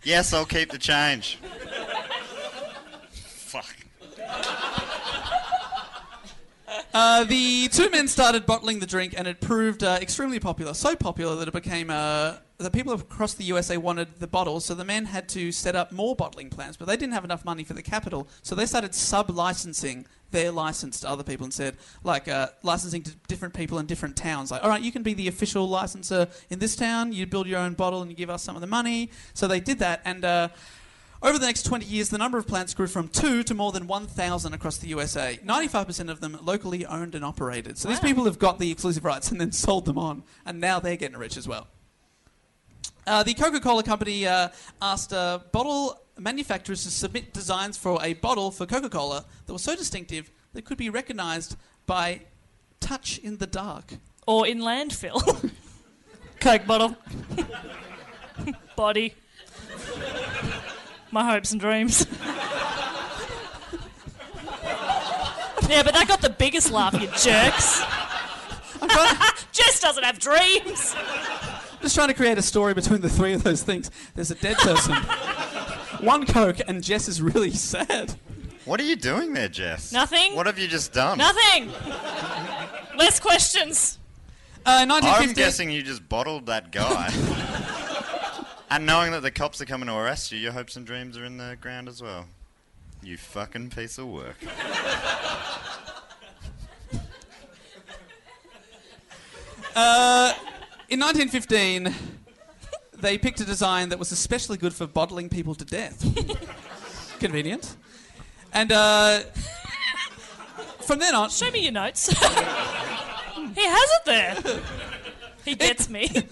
Yes, I'll keep the change. Fuck. Uh, the two men started bottling the drink, and it proved uh, extremely popular. So popular that it became uh, the people across the USA wanted the bottles, so the men had to set up more bottling plants. But they didn't have enough money for the capital, so they started sub-licensing their license to other people instead, like uh, licensing to different people in different towns. Like, all right, you can be the official licenser in this town. You build your own bottle and you give us some of the money. So they did that, and. Uh, over the next 20 years, the number of plants grew from two to more than 1,000 across the USA. 95% of them locally owned and operated. So these people have got the exclusive rights and then sold them on, and now they're getting rich as well. Uh, the Coca Cola company uh, asked uh, bottle manufacturers to submit designs for a bottle for Coca Cola that was so distinctive that it could be recognized by touch in the dark. Or in landfill. Coke bottle. Body. My hopes and dreams. yeah, but that got the biggest laugh, you jerks. I'm trying- Jess doesn't have dreams. Just trying to create a story between the three of those things. There's a dead person, one Coke, and Jess is really sad. What are you doing there, Jess? Nothing. What have you just done? Nothing. Less questions. Uh, 1950, I'm guessing you just bottled that guy. and knowing that the cops are coming to arrest you, your hopes and dreams are in the ground as well. You fucking piece of work. In 1915, they picked a design that was especially good for bottling people to death. Convenient. And uh, from then on, Show me your notes. he has it there. He gets me.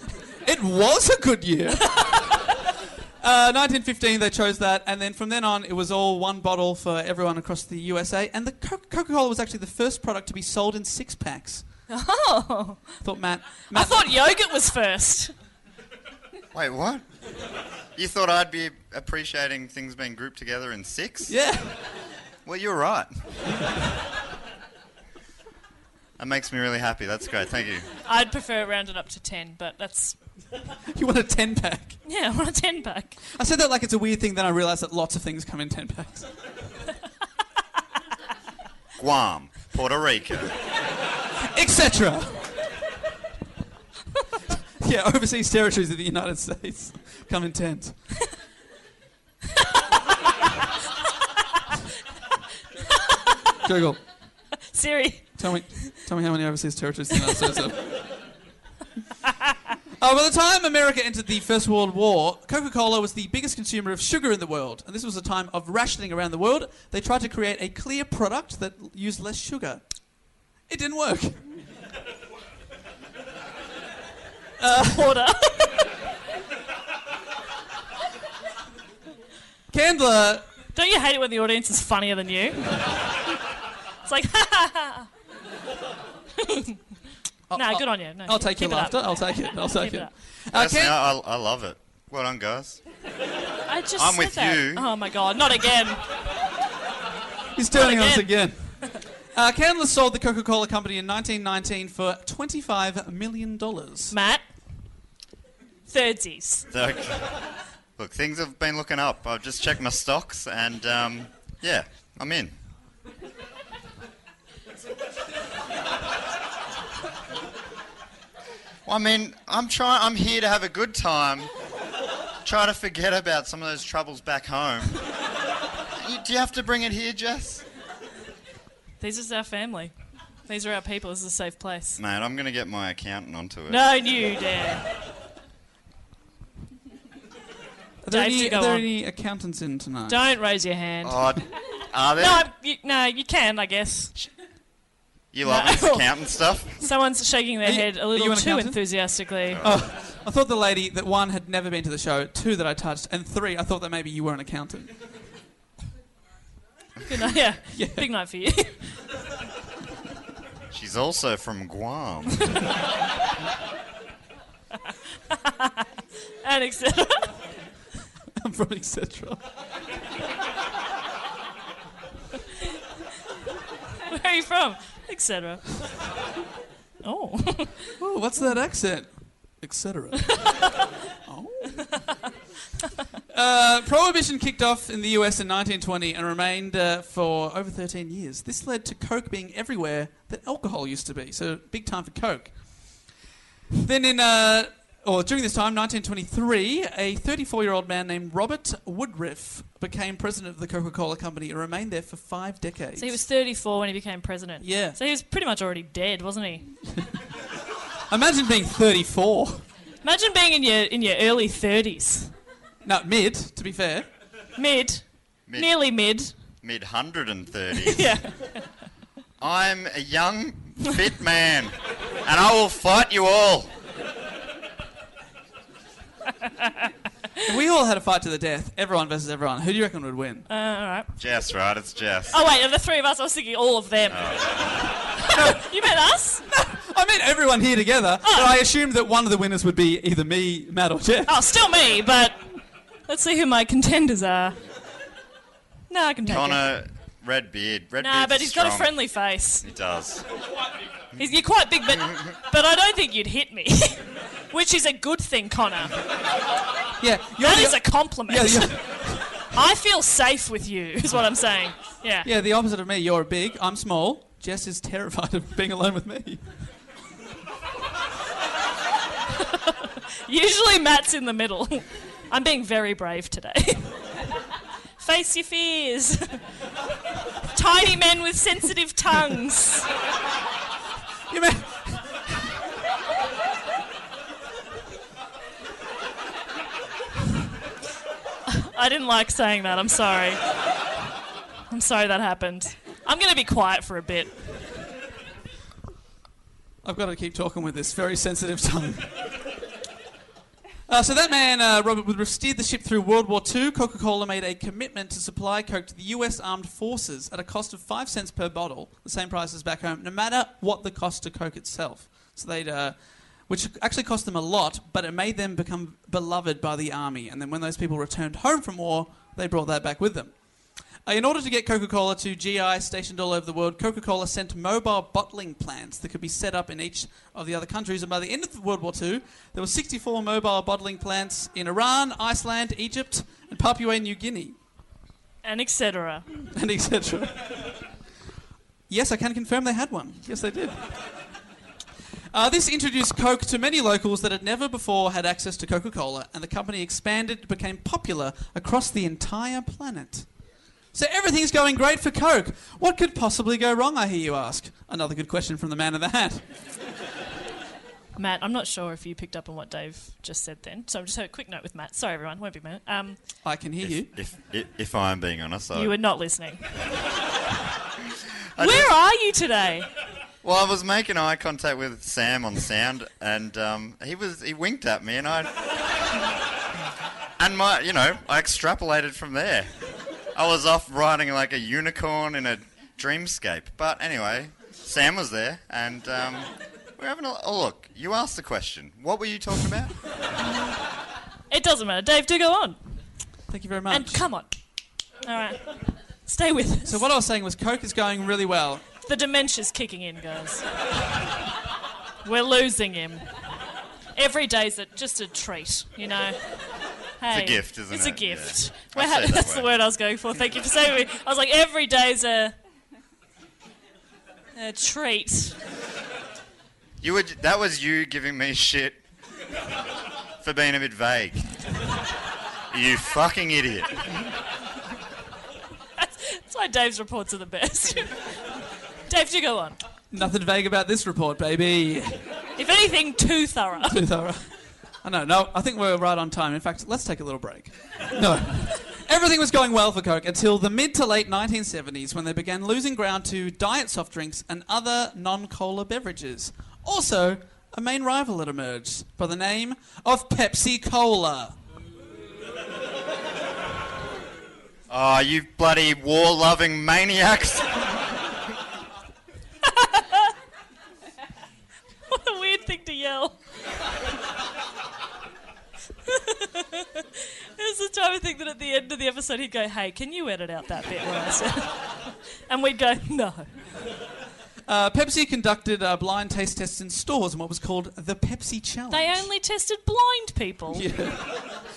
It was a good year. Uh, 1915, they chose that, and then from then on, it was all one bottle for everyone across the USA. And the Co- Coca-Cola was actually the first product to be sold in six packs. Oh, Thought Matt. I Matt thought yogurt was first. Wait, what? You thought I'd be appreciating things being grouped together in six? yeah. Well, you're right. that makes me really happy. That's great. Thank you. I'd prefer rounded up to ten, but that's You want a 10 pack. yeah, I want a ten pack. I said that like it's a weird thing, then I realised that lots of things come in 10 packs. Guam, Puerto Rico. Etc. yeah, overseas territories of the United States come in 10s. Google, Siri, tell me, tell me how many overseas territories the United States have. Uh, by the time America entered the First World War, Coca Cola was the biggest consumer of sugar in the world, and this was a time of rationing around the world. They tried to create a clear product that l- used less sugar. It didn't work. water. Candler, Don't you hate it when the audience is funnier than you? It's like, ha ha ha. nah, good on you. No, I'll take keep your it up. laughter. I'll take it. I'll take Keep it. it up. Uh, Personally, Can- I, I love it. Well done, guys. I just I'm said with that. you. Oh my god, not again. he's turning on us again. again. Uh, Candler sold the Coca Cola Company in 1919 for $25 million. Matt. Thirdsies. So- Look, things have been looking up. I've just checked my stocks, and um, yeah, I'm in. Well, I mean, I'm trying. I'm here to have a good time. Try to forget about some of those troubles back home. You- do you have to bring it here, Jess? These is our family. These are our people. This is a safe place. Mate, I'm gonna get my accountant onto it. No, you dare. Are there, Dave, you any, go are there on. any accountants in tonight? Don't raise your hand. Oh, are there? No, I'm, you, no, you can, I guess. you love no. this accountant stuff? Someone's shaking their you- head a are little you an too accountant? enthusiastically. I thought the lady that one had never been to the show, two that I touched, and three I thought that maybe you were an accountant. Good night. Yeah. big night for you. She's also from Guam. and etc. I'm from etc. Where are you from? Etc. Oh, Oh, what's that accent? Etc. oh. uh, Prohibition kicked off in the US in 1920 and remained uh, for over 13 years. This led to Coke being everywhere that alcohol used to be, so big time for Coke. Then in. Uh, or during this time, 1923, a 34-year-old man named Robert Woodruff became president of the Coca-Cola Company and remained there for five decades. so he was 34 when he became president. Yeah. So he was pretty much already dead, wasn't he? Imagine being 34. Imagine being in your in your early 30s, No, mid, to be fair. mid, nearly mid. Mid 130s. Yeah. I'm a young, fit man, and I will fight you all. If we all had a fight to the death, everyone versus everyone, who do you reckon would win? Uh, all right. Jess, right? It's Jess. Oh wait, of the three of us, I was thinking all of them. you meant us? I mean, everyone here together, Ah. but I assumed that one of the winners would be either me, Matt, or Jeff. Oh, still me, but let's see who my contenders are. No, I can take it. Connor, red beard. Red Nah, beard's but he's got a strong. friendly face. He does. He's, you're quite big, but but I don't think you'd hit me, which is a good thing, Connor. Yeah, you're That the, is a compliment. yeah, you're- I feel safe with you, is what I'm saying. Yeah. yeah, the opposite of me. You're big, I'm small. Jess is terrified of being alone with me. Usually Matt's in the middle. I'm being very brave today. Face your fears. Tiny men with sensitive tongues. You mean, I didn't like saying that. I'm sorry. I'm sorry that happened. I'm going to be quiet for a bit. I've got to keep talking with this very sensitive tongue. Uh, so that man, uh, Robert Woodruff, steered the ship through World War II. Coca Cola made a commitment to supply Coke to the US Armed Forces at a cost of 5 cents per bottle, the same price as back home, no matter what the cost to Coke itself. So they'd. Uh, which actually cost them a lot, but it made them become beloved by the army. And then when those people returned home from war, they brought that back with them. Uh, In order to get Coca Cola to GI stationed all over the world, Coca Cola sent mobile bottling plants that could be set up in each of the other countries. And by the end of World War II, there were 64 mobile bottling plants in Iran, Iceland, Egypt, and Papua New Guinea, and etc. and etc. yes, I can confirm they had one. Yes, they did. Uh, this introduced Coke to many locals that had never before had access to Coca Cola, and the company expanded, became popular across the entire planet. So everything's going great for Coke. What could possibly go wrong, I hear you ask? Another good question from the man in the hat. Matt, I'm not sure if you picked up on what Dave just said then, so I'm just having a quick note with Matt. Sorry, everyone, won't be a minute. Um, I can hear you. If, if, if I'm being honest, I, you were not listening. Where are you today? well, I was making eye contact with Sam on sound, and um, he was he winked at me, and I and my you know I extrapolated from there. I was off riding like a unicorn in a dreamscape. But anyway, Sam was there, and um, we're having a oh, look. You asked the question. What were you talking about? It doesn't matter. Dave, do go on. Thank you very much. And come on. All right. Stay with us. so what I was saying was Coke is going really well. The dementia's kicking in, guys. We're losing him. Every day's a, just a treat, you know. Hey, gift, isn't it's it? a Yeah. gift. We're I'd say ha- it that that's the way. word I was going for. Thank you for saying it. I was like, every day's a, a treat. You were that was you giving me shit for being a bit vague. You fucking idiot. That's why Dave's reports are the best. Dave, do go on. Nothing vague about this report, baby. If anything, too thorough. It's all right. I know. No, I think we're right on time. In fact, let's take a little break. No. Everything was going well for Coke until the mid to late 1970s when they began losing ground to diet soft drinks and other non cola beverages. Also, a main rival had emerged by the name of Pepsi Cola. Oh, you bloody war loving maniacs. What a weird thing to yell. this is the type of thing that at the end of the episode he'd go, hey, can you edit out that bit where I said... and we'd go, no. Uh, Pepsi conducted uh, blind taste tests in stores in what was called the Pepsi Challenge. They only tested blind people.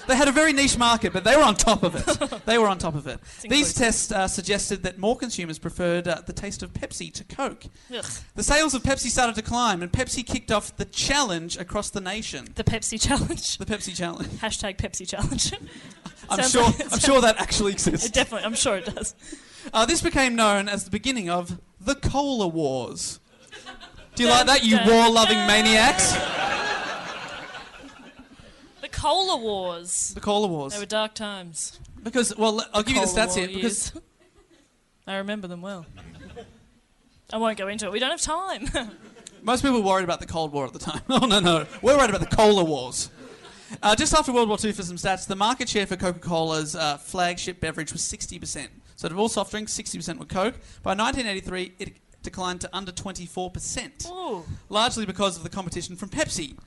They had a very niche market, but they were on top of it. They were on top of it. These inclusive. tests uh, suggested that more consumers preferred uh, the taste of Pepsi to Coke. Ugh. The sales of Pepsi started to climb, and Pepsi kicked off the challenge across the nation. The Pepsi challenge. The Pepsi challenge. Hashtag Pepsi challenge. I'm Sounds sure. like- I'm sure that actually exists. It definitely, I'm sure it does. Uh, this became known as the beginning of the Cola Wars. Do you like that, you Dun, dun, war-loving dun. maniacs? The Cola Wars. The Cola They Wars. were dark times. Because well, I'll give you the Cola stats here. War Because years. I remember them well. I won't go into it. We don't have time. Most people were worried about the Cold War at the time. Oh, no, no. We're worried about the Cola Wars. Uh, just after World War II, for some stats, the market share for Coca Cola's uh, flagship beverage was 60%. So, out of all soft drinks, 60% were Coke. By 1983, it declined to under 24%, Ooh. largely because of the competition from Pepsi.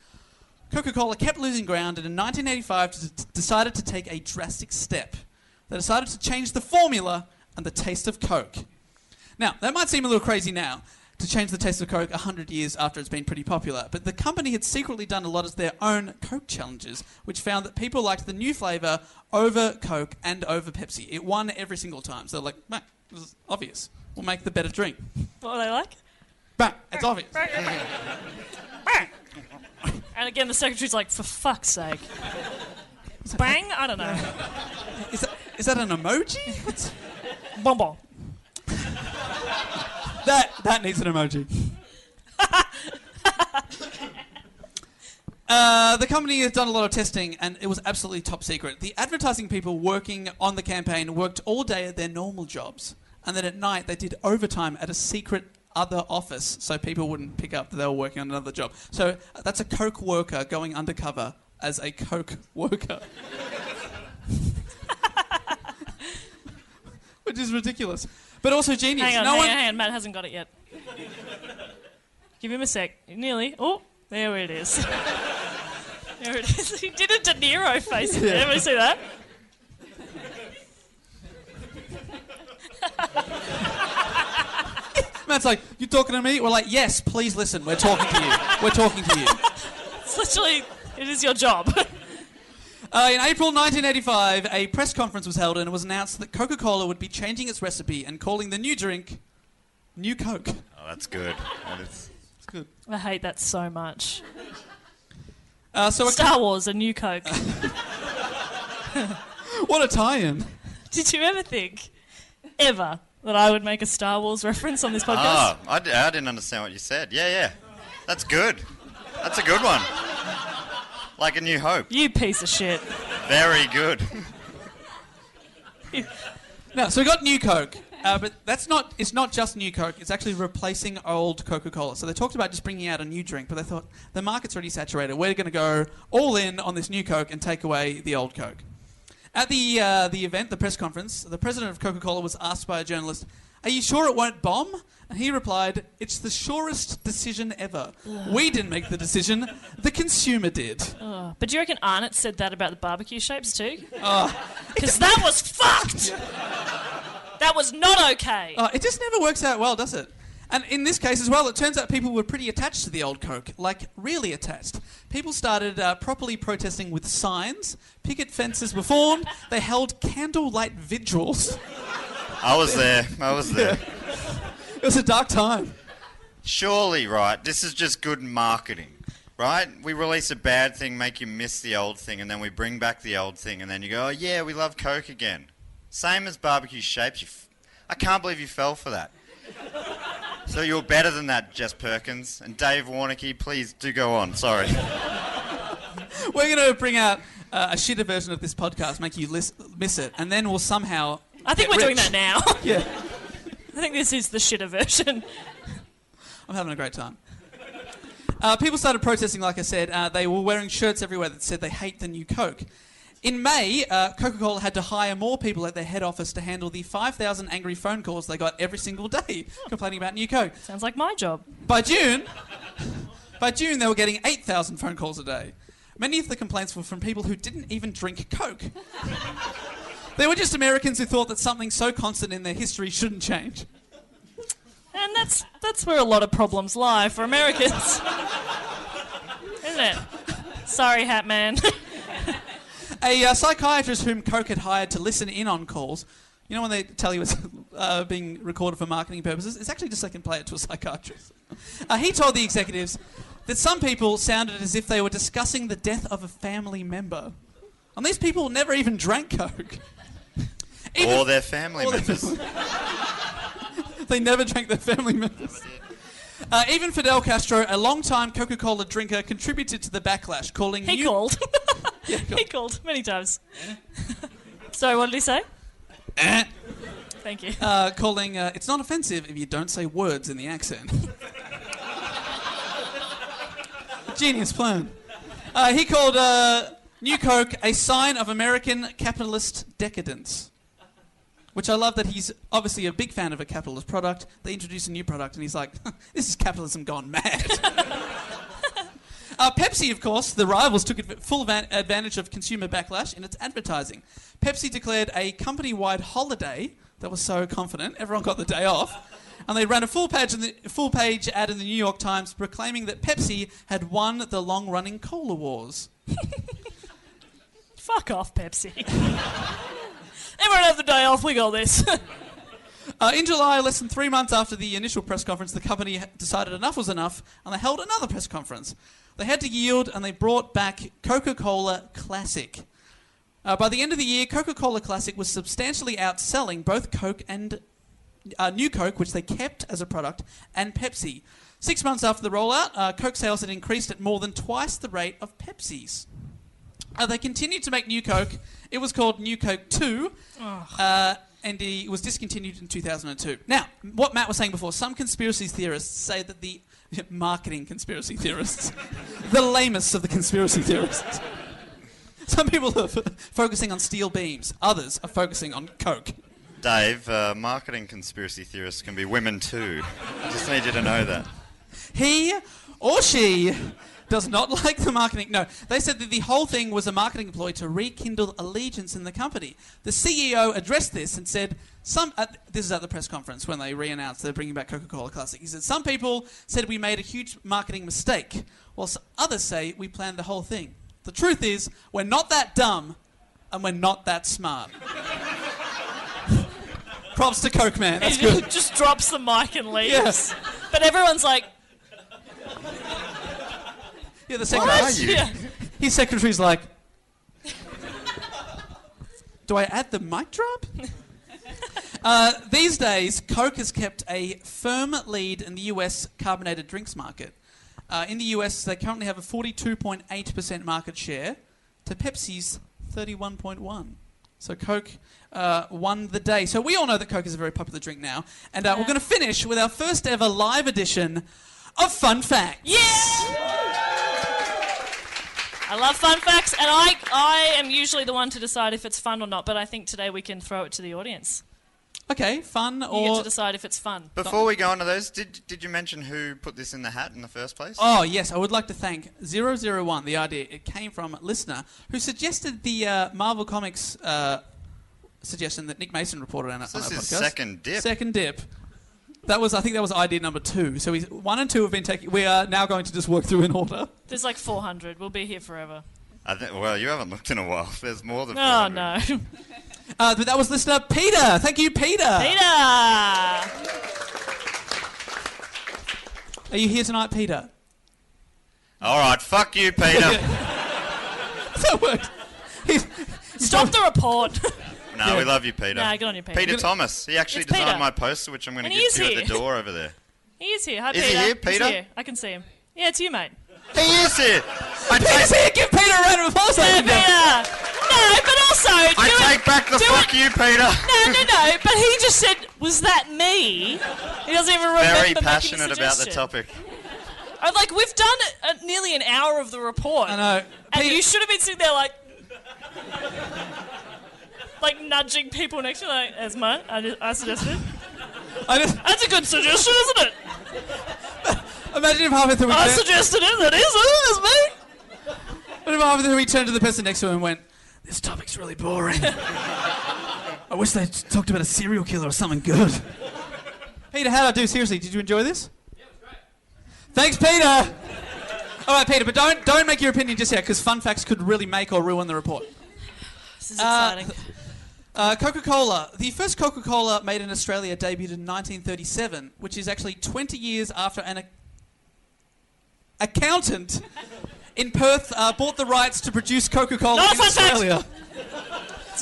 Coca Cola kept losing ground and in 1985 d- d- decided to take a drastic step. They decided to change the formula and the taste of Coke. Now, that might seem a little crazy now to change the taste of Coke 100 years after it's been pretty popular, but the company had secretly done a lot of their own Coke challenges, which found that people liked the new flavour over Coke and over Pepsi. It won every single time. So, they're like, "Meh, this is obvious. We'll make the better drink. What were they like? Bang, it's obvious. And again, the secretary's like, for fuck's sake. Bang? I don't know. Is that, is that an emoji? What's- Bon bon. That that needs an emoji. Uh, the company has done a lot of testing, and it was absolutely top secret. The advertising people working on the campaign worked all day at their normal jobs, and then at night they did overtime at a secret other office, so people wouldn't pick up that they were working on another job. So uh, that's a coke worker going undercover as a coke worker. Which is ridiculous. But also genius. Hang on, no hang one, on, hang on. Matt hasn't got it yet. Give him a sec. Nearly. Oh, there it is. there it is. He did a De Niro face. Did everybody see that? Matt's like, you talking to me? We're like, yes, please listen. We're talking to you. We're talking to you. It's literally, it is your job. Uh, in April 1985, a press conference was held and it was announced that Coca Cola would be changing its recipe and calling the new drink New Coke. Oh, that's good. That is- It's good. I hate that so much. Uh, so, a, Star Wars, a new Coke. what a tie in. Did you ever think, ever, that I would make a Star Wars reference on this podcast? Ah, I, d- I didn't understand what you said. Yeah, yeah. That's good. That's a good one. Like a new hope. You piece of shit. Very good. No, so we got New Coke. Uh, but that's not, it's not just New Coke, it's actually replacing old Coca Cola. So they talked about just bringing out a new drink, but they thought the market's already saturated. We're going to go all in on this new Coke and take away the old Coke. At the, uh, the event, the press conference, the president of Coca Cola was asked by a journalist, Are you sure it won't bomb? And he replied, It's the surest decision ever. We didn't make the decision, the consumer did. But do you reckon Arnott said that about the barbecue shapes too? Ah. Because that was fucked! That was not okay. Uh, it just never works out well, does it? And in this case as well, it turns out people were pretty attached to the old Coke, like really attached. People started uh, properly protesting with signs, picket fences were formed, they held candlelight vigils. I was there. I was there. It was a dark time. Surely, right? This is just good marketing, right? We release a bad thing, make you miss the old thing, and then we bring back the old thing, and then you go, oh, yeah, we love Coke again. Same as barbecue shapes. You f- I can't believe you fell for that. so you're better than that, Jess Perkins. And Dave Warnicky, please do go on. Sorry. We're going to bring out uh, a shitter version of this podcast, make you lis- miss it, and then we'll somehow. I think get we're doing rich. that now. Yeah. I think this is the shitter version. I'm having a great time. Uh, people started protesting, like I said. Uh, they were wearing shirts everywhere that said they hate the new Coke. In May, uh, Coca Cola had to hire more people at their head office to handle the 5,000 angry phone calls they got every single day complaining about new Coke. Sounds like my job. By June, by June, they were getting 8,000 phone calls a day. Many of the complaints were from people who didn't even drink Coke. they were just Americans who thought that something so constant in their history shouldn't change. And that's that's where a lot of problems lie for Americans. Isn't it? Sorry, Hat Man. A uh, psychiatrist whom Coke had hired to listen in on calls. You know when they tell you it's uh, being recorded for marketing purposes? It's actually just they can play it to a psychiatrist. Uh, he told the executives that some people sounded as if they were discussing the death of a family member. And these people never even drank Coke. Even- Or their family all their members. they never drank their family members. Uh, even Fidel Castro, a long-time Coca-Cola drinker, contributed to the backlash, calling He new- called. Yeah, go- he called many times. Sorry, what did he say? Eh. Thank you. uh, calling uh, it's not offensive if you don't say words in the accent. Genius plan. Uh, he called uh, New Coke a sign of American capitalist decadence. Which I love that he's obviously a big fan of a capitalist product. They introduce a new product, and he's like, this is capitalism gone mad. Uh, Pepsi, of course, the rivals, took adv- full van- advantage of consumer backlash in its advertising. Pepsi declared a company wide holiday that was so confident, everyone got the day off. And they ran a full page, in the, full page ad in the New York Times proclaiming that Pepsi had won the long running cola wars. Fuck off, Pepsi. Everyone have the day off. We got this. Uh, in July, less than three months after the initial press conference, the company ha- decided enough was enough and they held another press conference. They had to yield and they brought back Coca Cola Classic. Uh, by the end of the year, Coca Cola Classic was substantially outselling both Coke and uh, New Coke, which they kept as a product, and Pepsi. Six months after the rollout, uh, Coke sales had increased at more than twice the rate of Pepsi's. Uh, they continued to make New Coke. It was called New Coke 2, uh, and it was discontinued in 2002. Now, what Matt was saying before, some conspiracy theorists say that the marketing conspiracy theorists, the lamest of the conspiracy theorists, Some people are f- focusing on steel beams. Others are focusing on coke. Dave, uh, marketing conspiracy theorists can be women too. Just need you to know that. He or she does not like the marketing. No, they said that the whole thing was a marketing ploy to rekindle allegiance in the company. The CEO addressed this and said, "Some." At, this is at the press conference when they re-announced they're bringing back Coca-Cola Classic. He said, "Some people said we made a huge marketing mistake, whilst others say we planned the whole thing. The truth is, we're not that dumb, and we're not that smart." Props to Coke Man. That's He good. just, just drops the mic and leaves. Yes. But everyone's like, Yeah, the secretary. are you? yeah. His secretary's like, Do I add the mic drop? uh, these days, Coke has kept a firm lead in the US carbonated drinks market. Uh, in the US, they currently have a 42.8% market share to Pepsi's 31.1. So Coke uh, won the day. So we all know that Coke is a very popular drink now, and uh, we're going to finish with our first ever live edition of Fun Facts. Yeah! I love fun facts, and I, I am usually the one to decide if it's fun or not, but I think today we can throw it to the audience. Okay, fun You get or to decide if it's fun. Before we go on to those, did, did you mention who put this in the hat in the first place? Oh, yes, I would like to thank 001, the idea. It came from a listener who suggested the uh, Marvel Comics uh, suggestion that Nick Mason reported on, So on this our is podcast. second dip. Second dip. That was, I think that was idea number two. So we, one and two have been taken. We are now going to just work through in order. There's like 400. We'll be here forever. I thi- well, you haven't looked in a while. There's more than. Oh, 400. no. Uh, but that was listener Peter. Thank you, Peter. Peter! Are you here tonight, Peter? All right, fuck you, Peter. that worked. He's- Stop the report. No, we love you, Peter. Nah, good on you, Peter. Peter Good- Thomas. He actually It's designed Peter. my poster, which I'm going to And give he is to you at the here. door over there. he is here. Hi, Is Peter. he here, Peter? He's here. I can see him. Yeah, it's you, mate. He is here. I Peter's take, here. Give Peter a round of applause. Yeah, ladies and gentlemen. Peter! No, but also, do it- I take back the do fuck it- you, Peter. No, no, no. But he just said, "Was that me?" He doesn't even remember. Very making passionate about the suggestion. topic. I'm like, we've done uh nearly an hour of the report, I know. and Peter- you should have been sitting there like, like nudging people next to you, like, "As mine, I, ju- I suggested." I just That's a good suggestion, isn't it? imagine if halfway through we I turn- suggested it. That is, it is me. But rather than we turned to the person next to him and went, This topic's really boring. I wish they talked about a serial killer or something good. Peter, how'd I do? Seriously, did you enjoy this? Thanks, Peter! All right, Peter, but don't, don't make your opinion just yet, because fun facts could really make or ruin the report. This is exciting. Uh, Coca Cola. The first Coca Cola made in Australia debuted in 1937, which is actually 20 years after an ac- accountant in Perth uh, bought the rights to produce Coca Cola Not a in fun fact. Australia. it's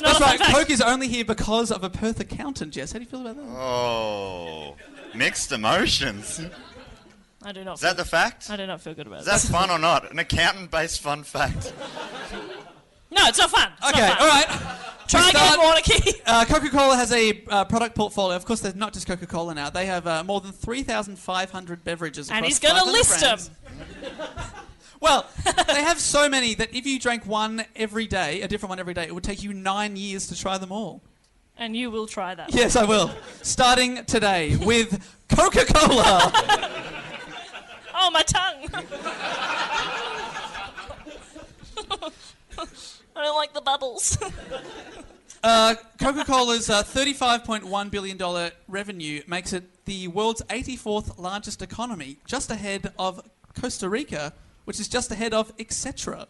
That's not a right, fun fact. Coke is only here because of a Perth accountant, Jess. How do you feel about that? Oh, mixed emotions. Is I do not. Feel, that the fact? I do not feel good about Is that this. fun or not? An accountant-based fun fact. No, it's not fun. It's Okay, not fun. all right. Try We again, start- Warnicky. Uh, Coca-Cola has a uh, product portfolio. Of course, there's not just Coca-Cola now. They have uh, more than 3,500 beverages. And across he's gonna 500 list 'em. brands. Well, they have so many that if you drank one every day, a different one every day, it would take you nine years to try them all. And you will try that. Yes, I will. Starting today with Coca-Cola. Oh, my tongue. I don't like the bubbles. Uh, Coca-Cola's uh, 35.1 billion dollar revenue makes it the world's 84th largest economy, just ahead of Costa Rica, which is just ahead of etc.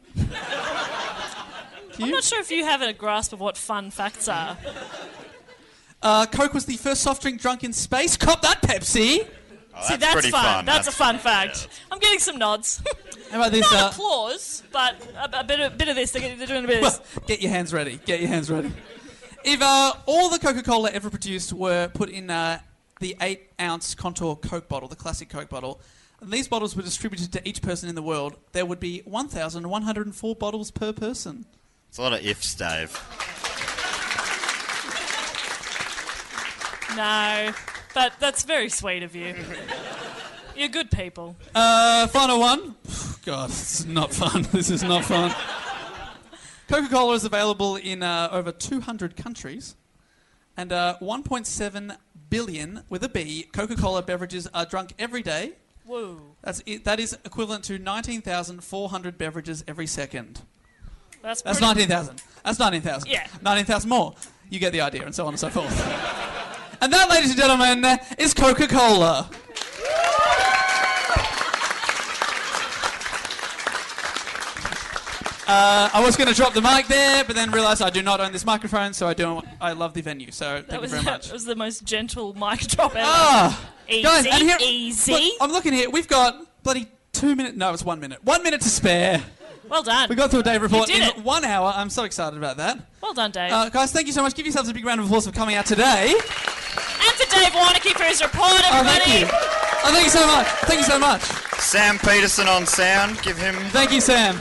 I'm not sure if you have a grasp of what fun facts Oh, are. Uh, Coke was the first soft drink drunk in space. Cop that, Pepsi. Oh, See, that's pretty fun. That's, a fun fact. I'm getting some nods. How about this? Not Uh, applause, but a, a bit of bit of this. They're, getting- they're doing a bit of this. well, get your hands ready. Get your hands ready. If uh, all the Coca-Cola ever produced were put in uh, the eight-ounce Contour Coke bottle, the classic Coke bottle, and these bottles were distributed to each person in the world, there would be 1,104 bottles per person. It's a lot of ifs, Dave. No, but that's very sweet of you. You're good people. Uh, final one. God, this is not fun. This is not fun. Coca Cola is available in uh, over 200 countries. And uh, 1.7 billion, with a B, Coca Cola beverages are drunk every day. Whoa. That's, it, that is equivalent to 19,400 beverages every second. That's, That's pretty- 19,000. That's 19,000. Yeah. 19,000 more. You get the idea, and so on and so forth. and that, ladies and gentlemen, is Coca Cola. Uh, I was going to drop the mic there, but then realised I do not own this microphone, so I do. I love the venue, so That thank you was, very much. that was the most gentle mic drop ever. Ah, easy, guys, and here, easy. look, I'm looking here. We've got bloody two minutes. No, it's one minute. One minute to spare. well done. We got through a day report in did it. one hour. I'm so excited about that. well done, Dave. Uh, guys, thank you so much. Give yourselves a big round of applause for coming out today. and to Dave Warnicki for his report, Oh, everybody. thank you. Oh, thank you so much. Thank you so much. Sam Peterson on sound. Give him. Thank you, Sam.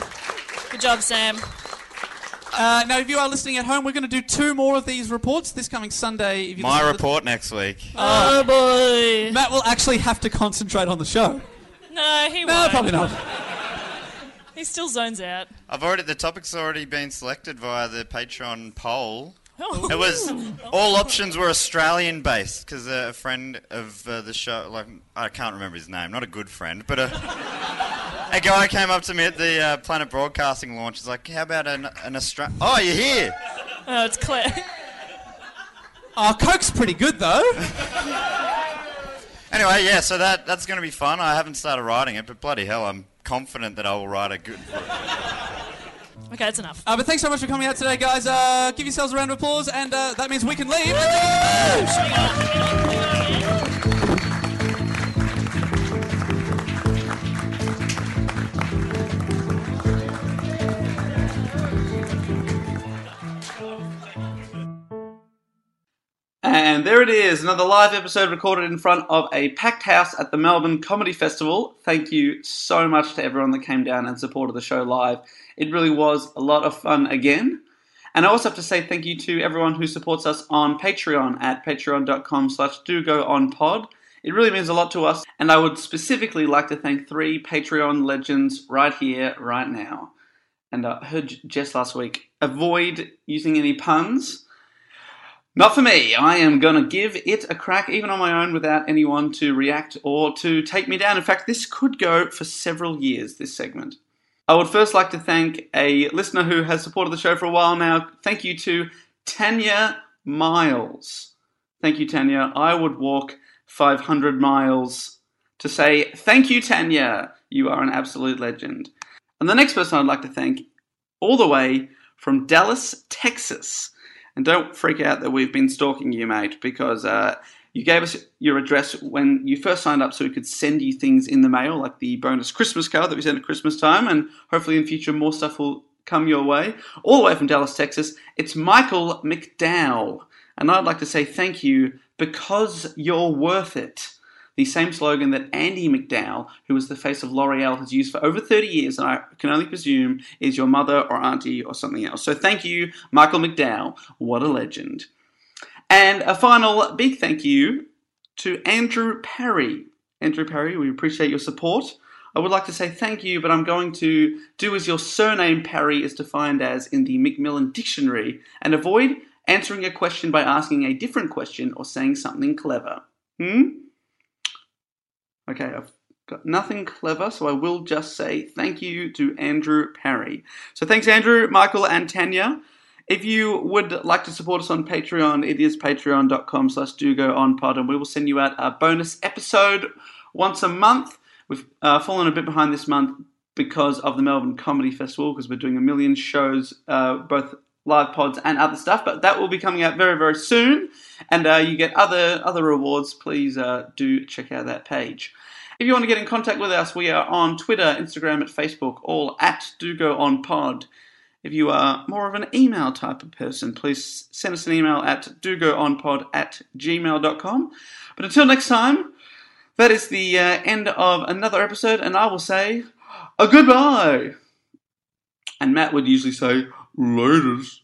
Good job, Sam. Uh, now, if you are listening at home, we're going to do two more of these reports this coming Sunday. If you My listen to the- report next week. oh boy. Matt will actually have to concentrate on the show. No, he No, won't. probably not. He still zones out. I've already the topic's already been selected via the Patreon poll. Oh. It was all options were Australian based because a friend of uh, the show, like I can't remember his name, not a good friend, but a, a guy came up to me at the uh, Planet Broadcasting launch. He's like, "How about an, an Australian?" Oh, you're here. Oh, it's clear. Our Coke's pretty good, though. Anyway, yeah, so that that's going to be fun. I haven't started writing it, but bloody hell, I'm confident that I will write a good. Okay, that's enough. Uh, but thanks so much for coming out today, guys. Uh, give yourselves a round of applause, and uh, that means we can leave. And there it is, another live episode recorded in front of a packed house at the Melbourne Comedy Festival. Thank you so much to everyone that came down and supported the show live. It really was a lot of fun again. And I also have to say thank you to everyone who supports us on Patreon at patreon.com slash do go on pod. It really means a lot to us, and I would specifically like to thank three Patreon legends right here, right now. And I heard J- Jess last week avoid using any puns. Not for me. I am going to give it a crack, even on my own, without anyone to react or to take me down. In fact, this could go for several years, this segment. I would first like to thank a listener who has supported the show for a while now. Thank you to Tanya Miles. Thank you, Tanya. I would walk 500 miles to say, Thank you, Tanya. You are an absolute legend. And the next person I'd like to thank, all the way from Dallas, Texas. And don't freak out that we've been stalking you, mate, because uh, you gave us your address when you first signed up so we could send you things in the mail, like the bonus Christmas card that we send at Christmas time. And hopefully in future, more stuff will come your way. All the way from Dallas, Texas, it's Michael McDowell. And I'd like to say thank you because you're worth it the same slogan that Andy McDowell, who was the face of L'Oreal, has used for over 30 years, and I can only presume is your mother or auntie or something else. So thank you, Michael McDowell. What a legend. And a final big thank you to Andrew Perry. Andrew Perry, we appreciate your support. I would like to say thank you, but I'm going to do as your surname Perry is defined as in the Macmillan Dictionary and avoid answering a question by asking a different question or saying something clever. Hmm? Okay, I've got nothing clever, so I will just say thank you to Andrew Parry. So thanks, Andrew, Michael, and Tanya. If you would like to support us on Patreon, it is patreon.com slash do go on pod, and we will send you out a bonus episode once a month. We've uh, fallen a bit behind this month because of the Melbourne Comedy Festival, because we're doing a million shows, uh, both live pods and other stuff. But that will be coming out very, very soon, and uh, you get other other rewards. Please uh, do check out that page. If you want to get in contact with us, we are on Twitter, Instagram, and Facebook, all at Do Go On Pod. If you are more of an email type of person, please send us an email at dogoonpod at gmail.com. But until next time, that is the uh, end of another episode, and I will say a goodbye. And Matt would usually say, laters.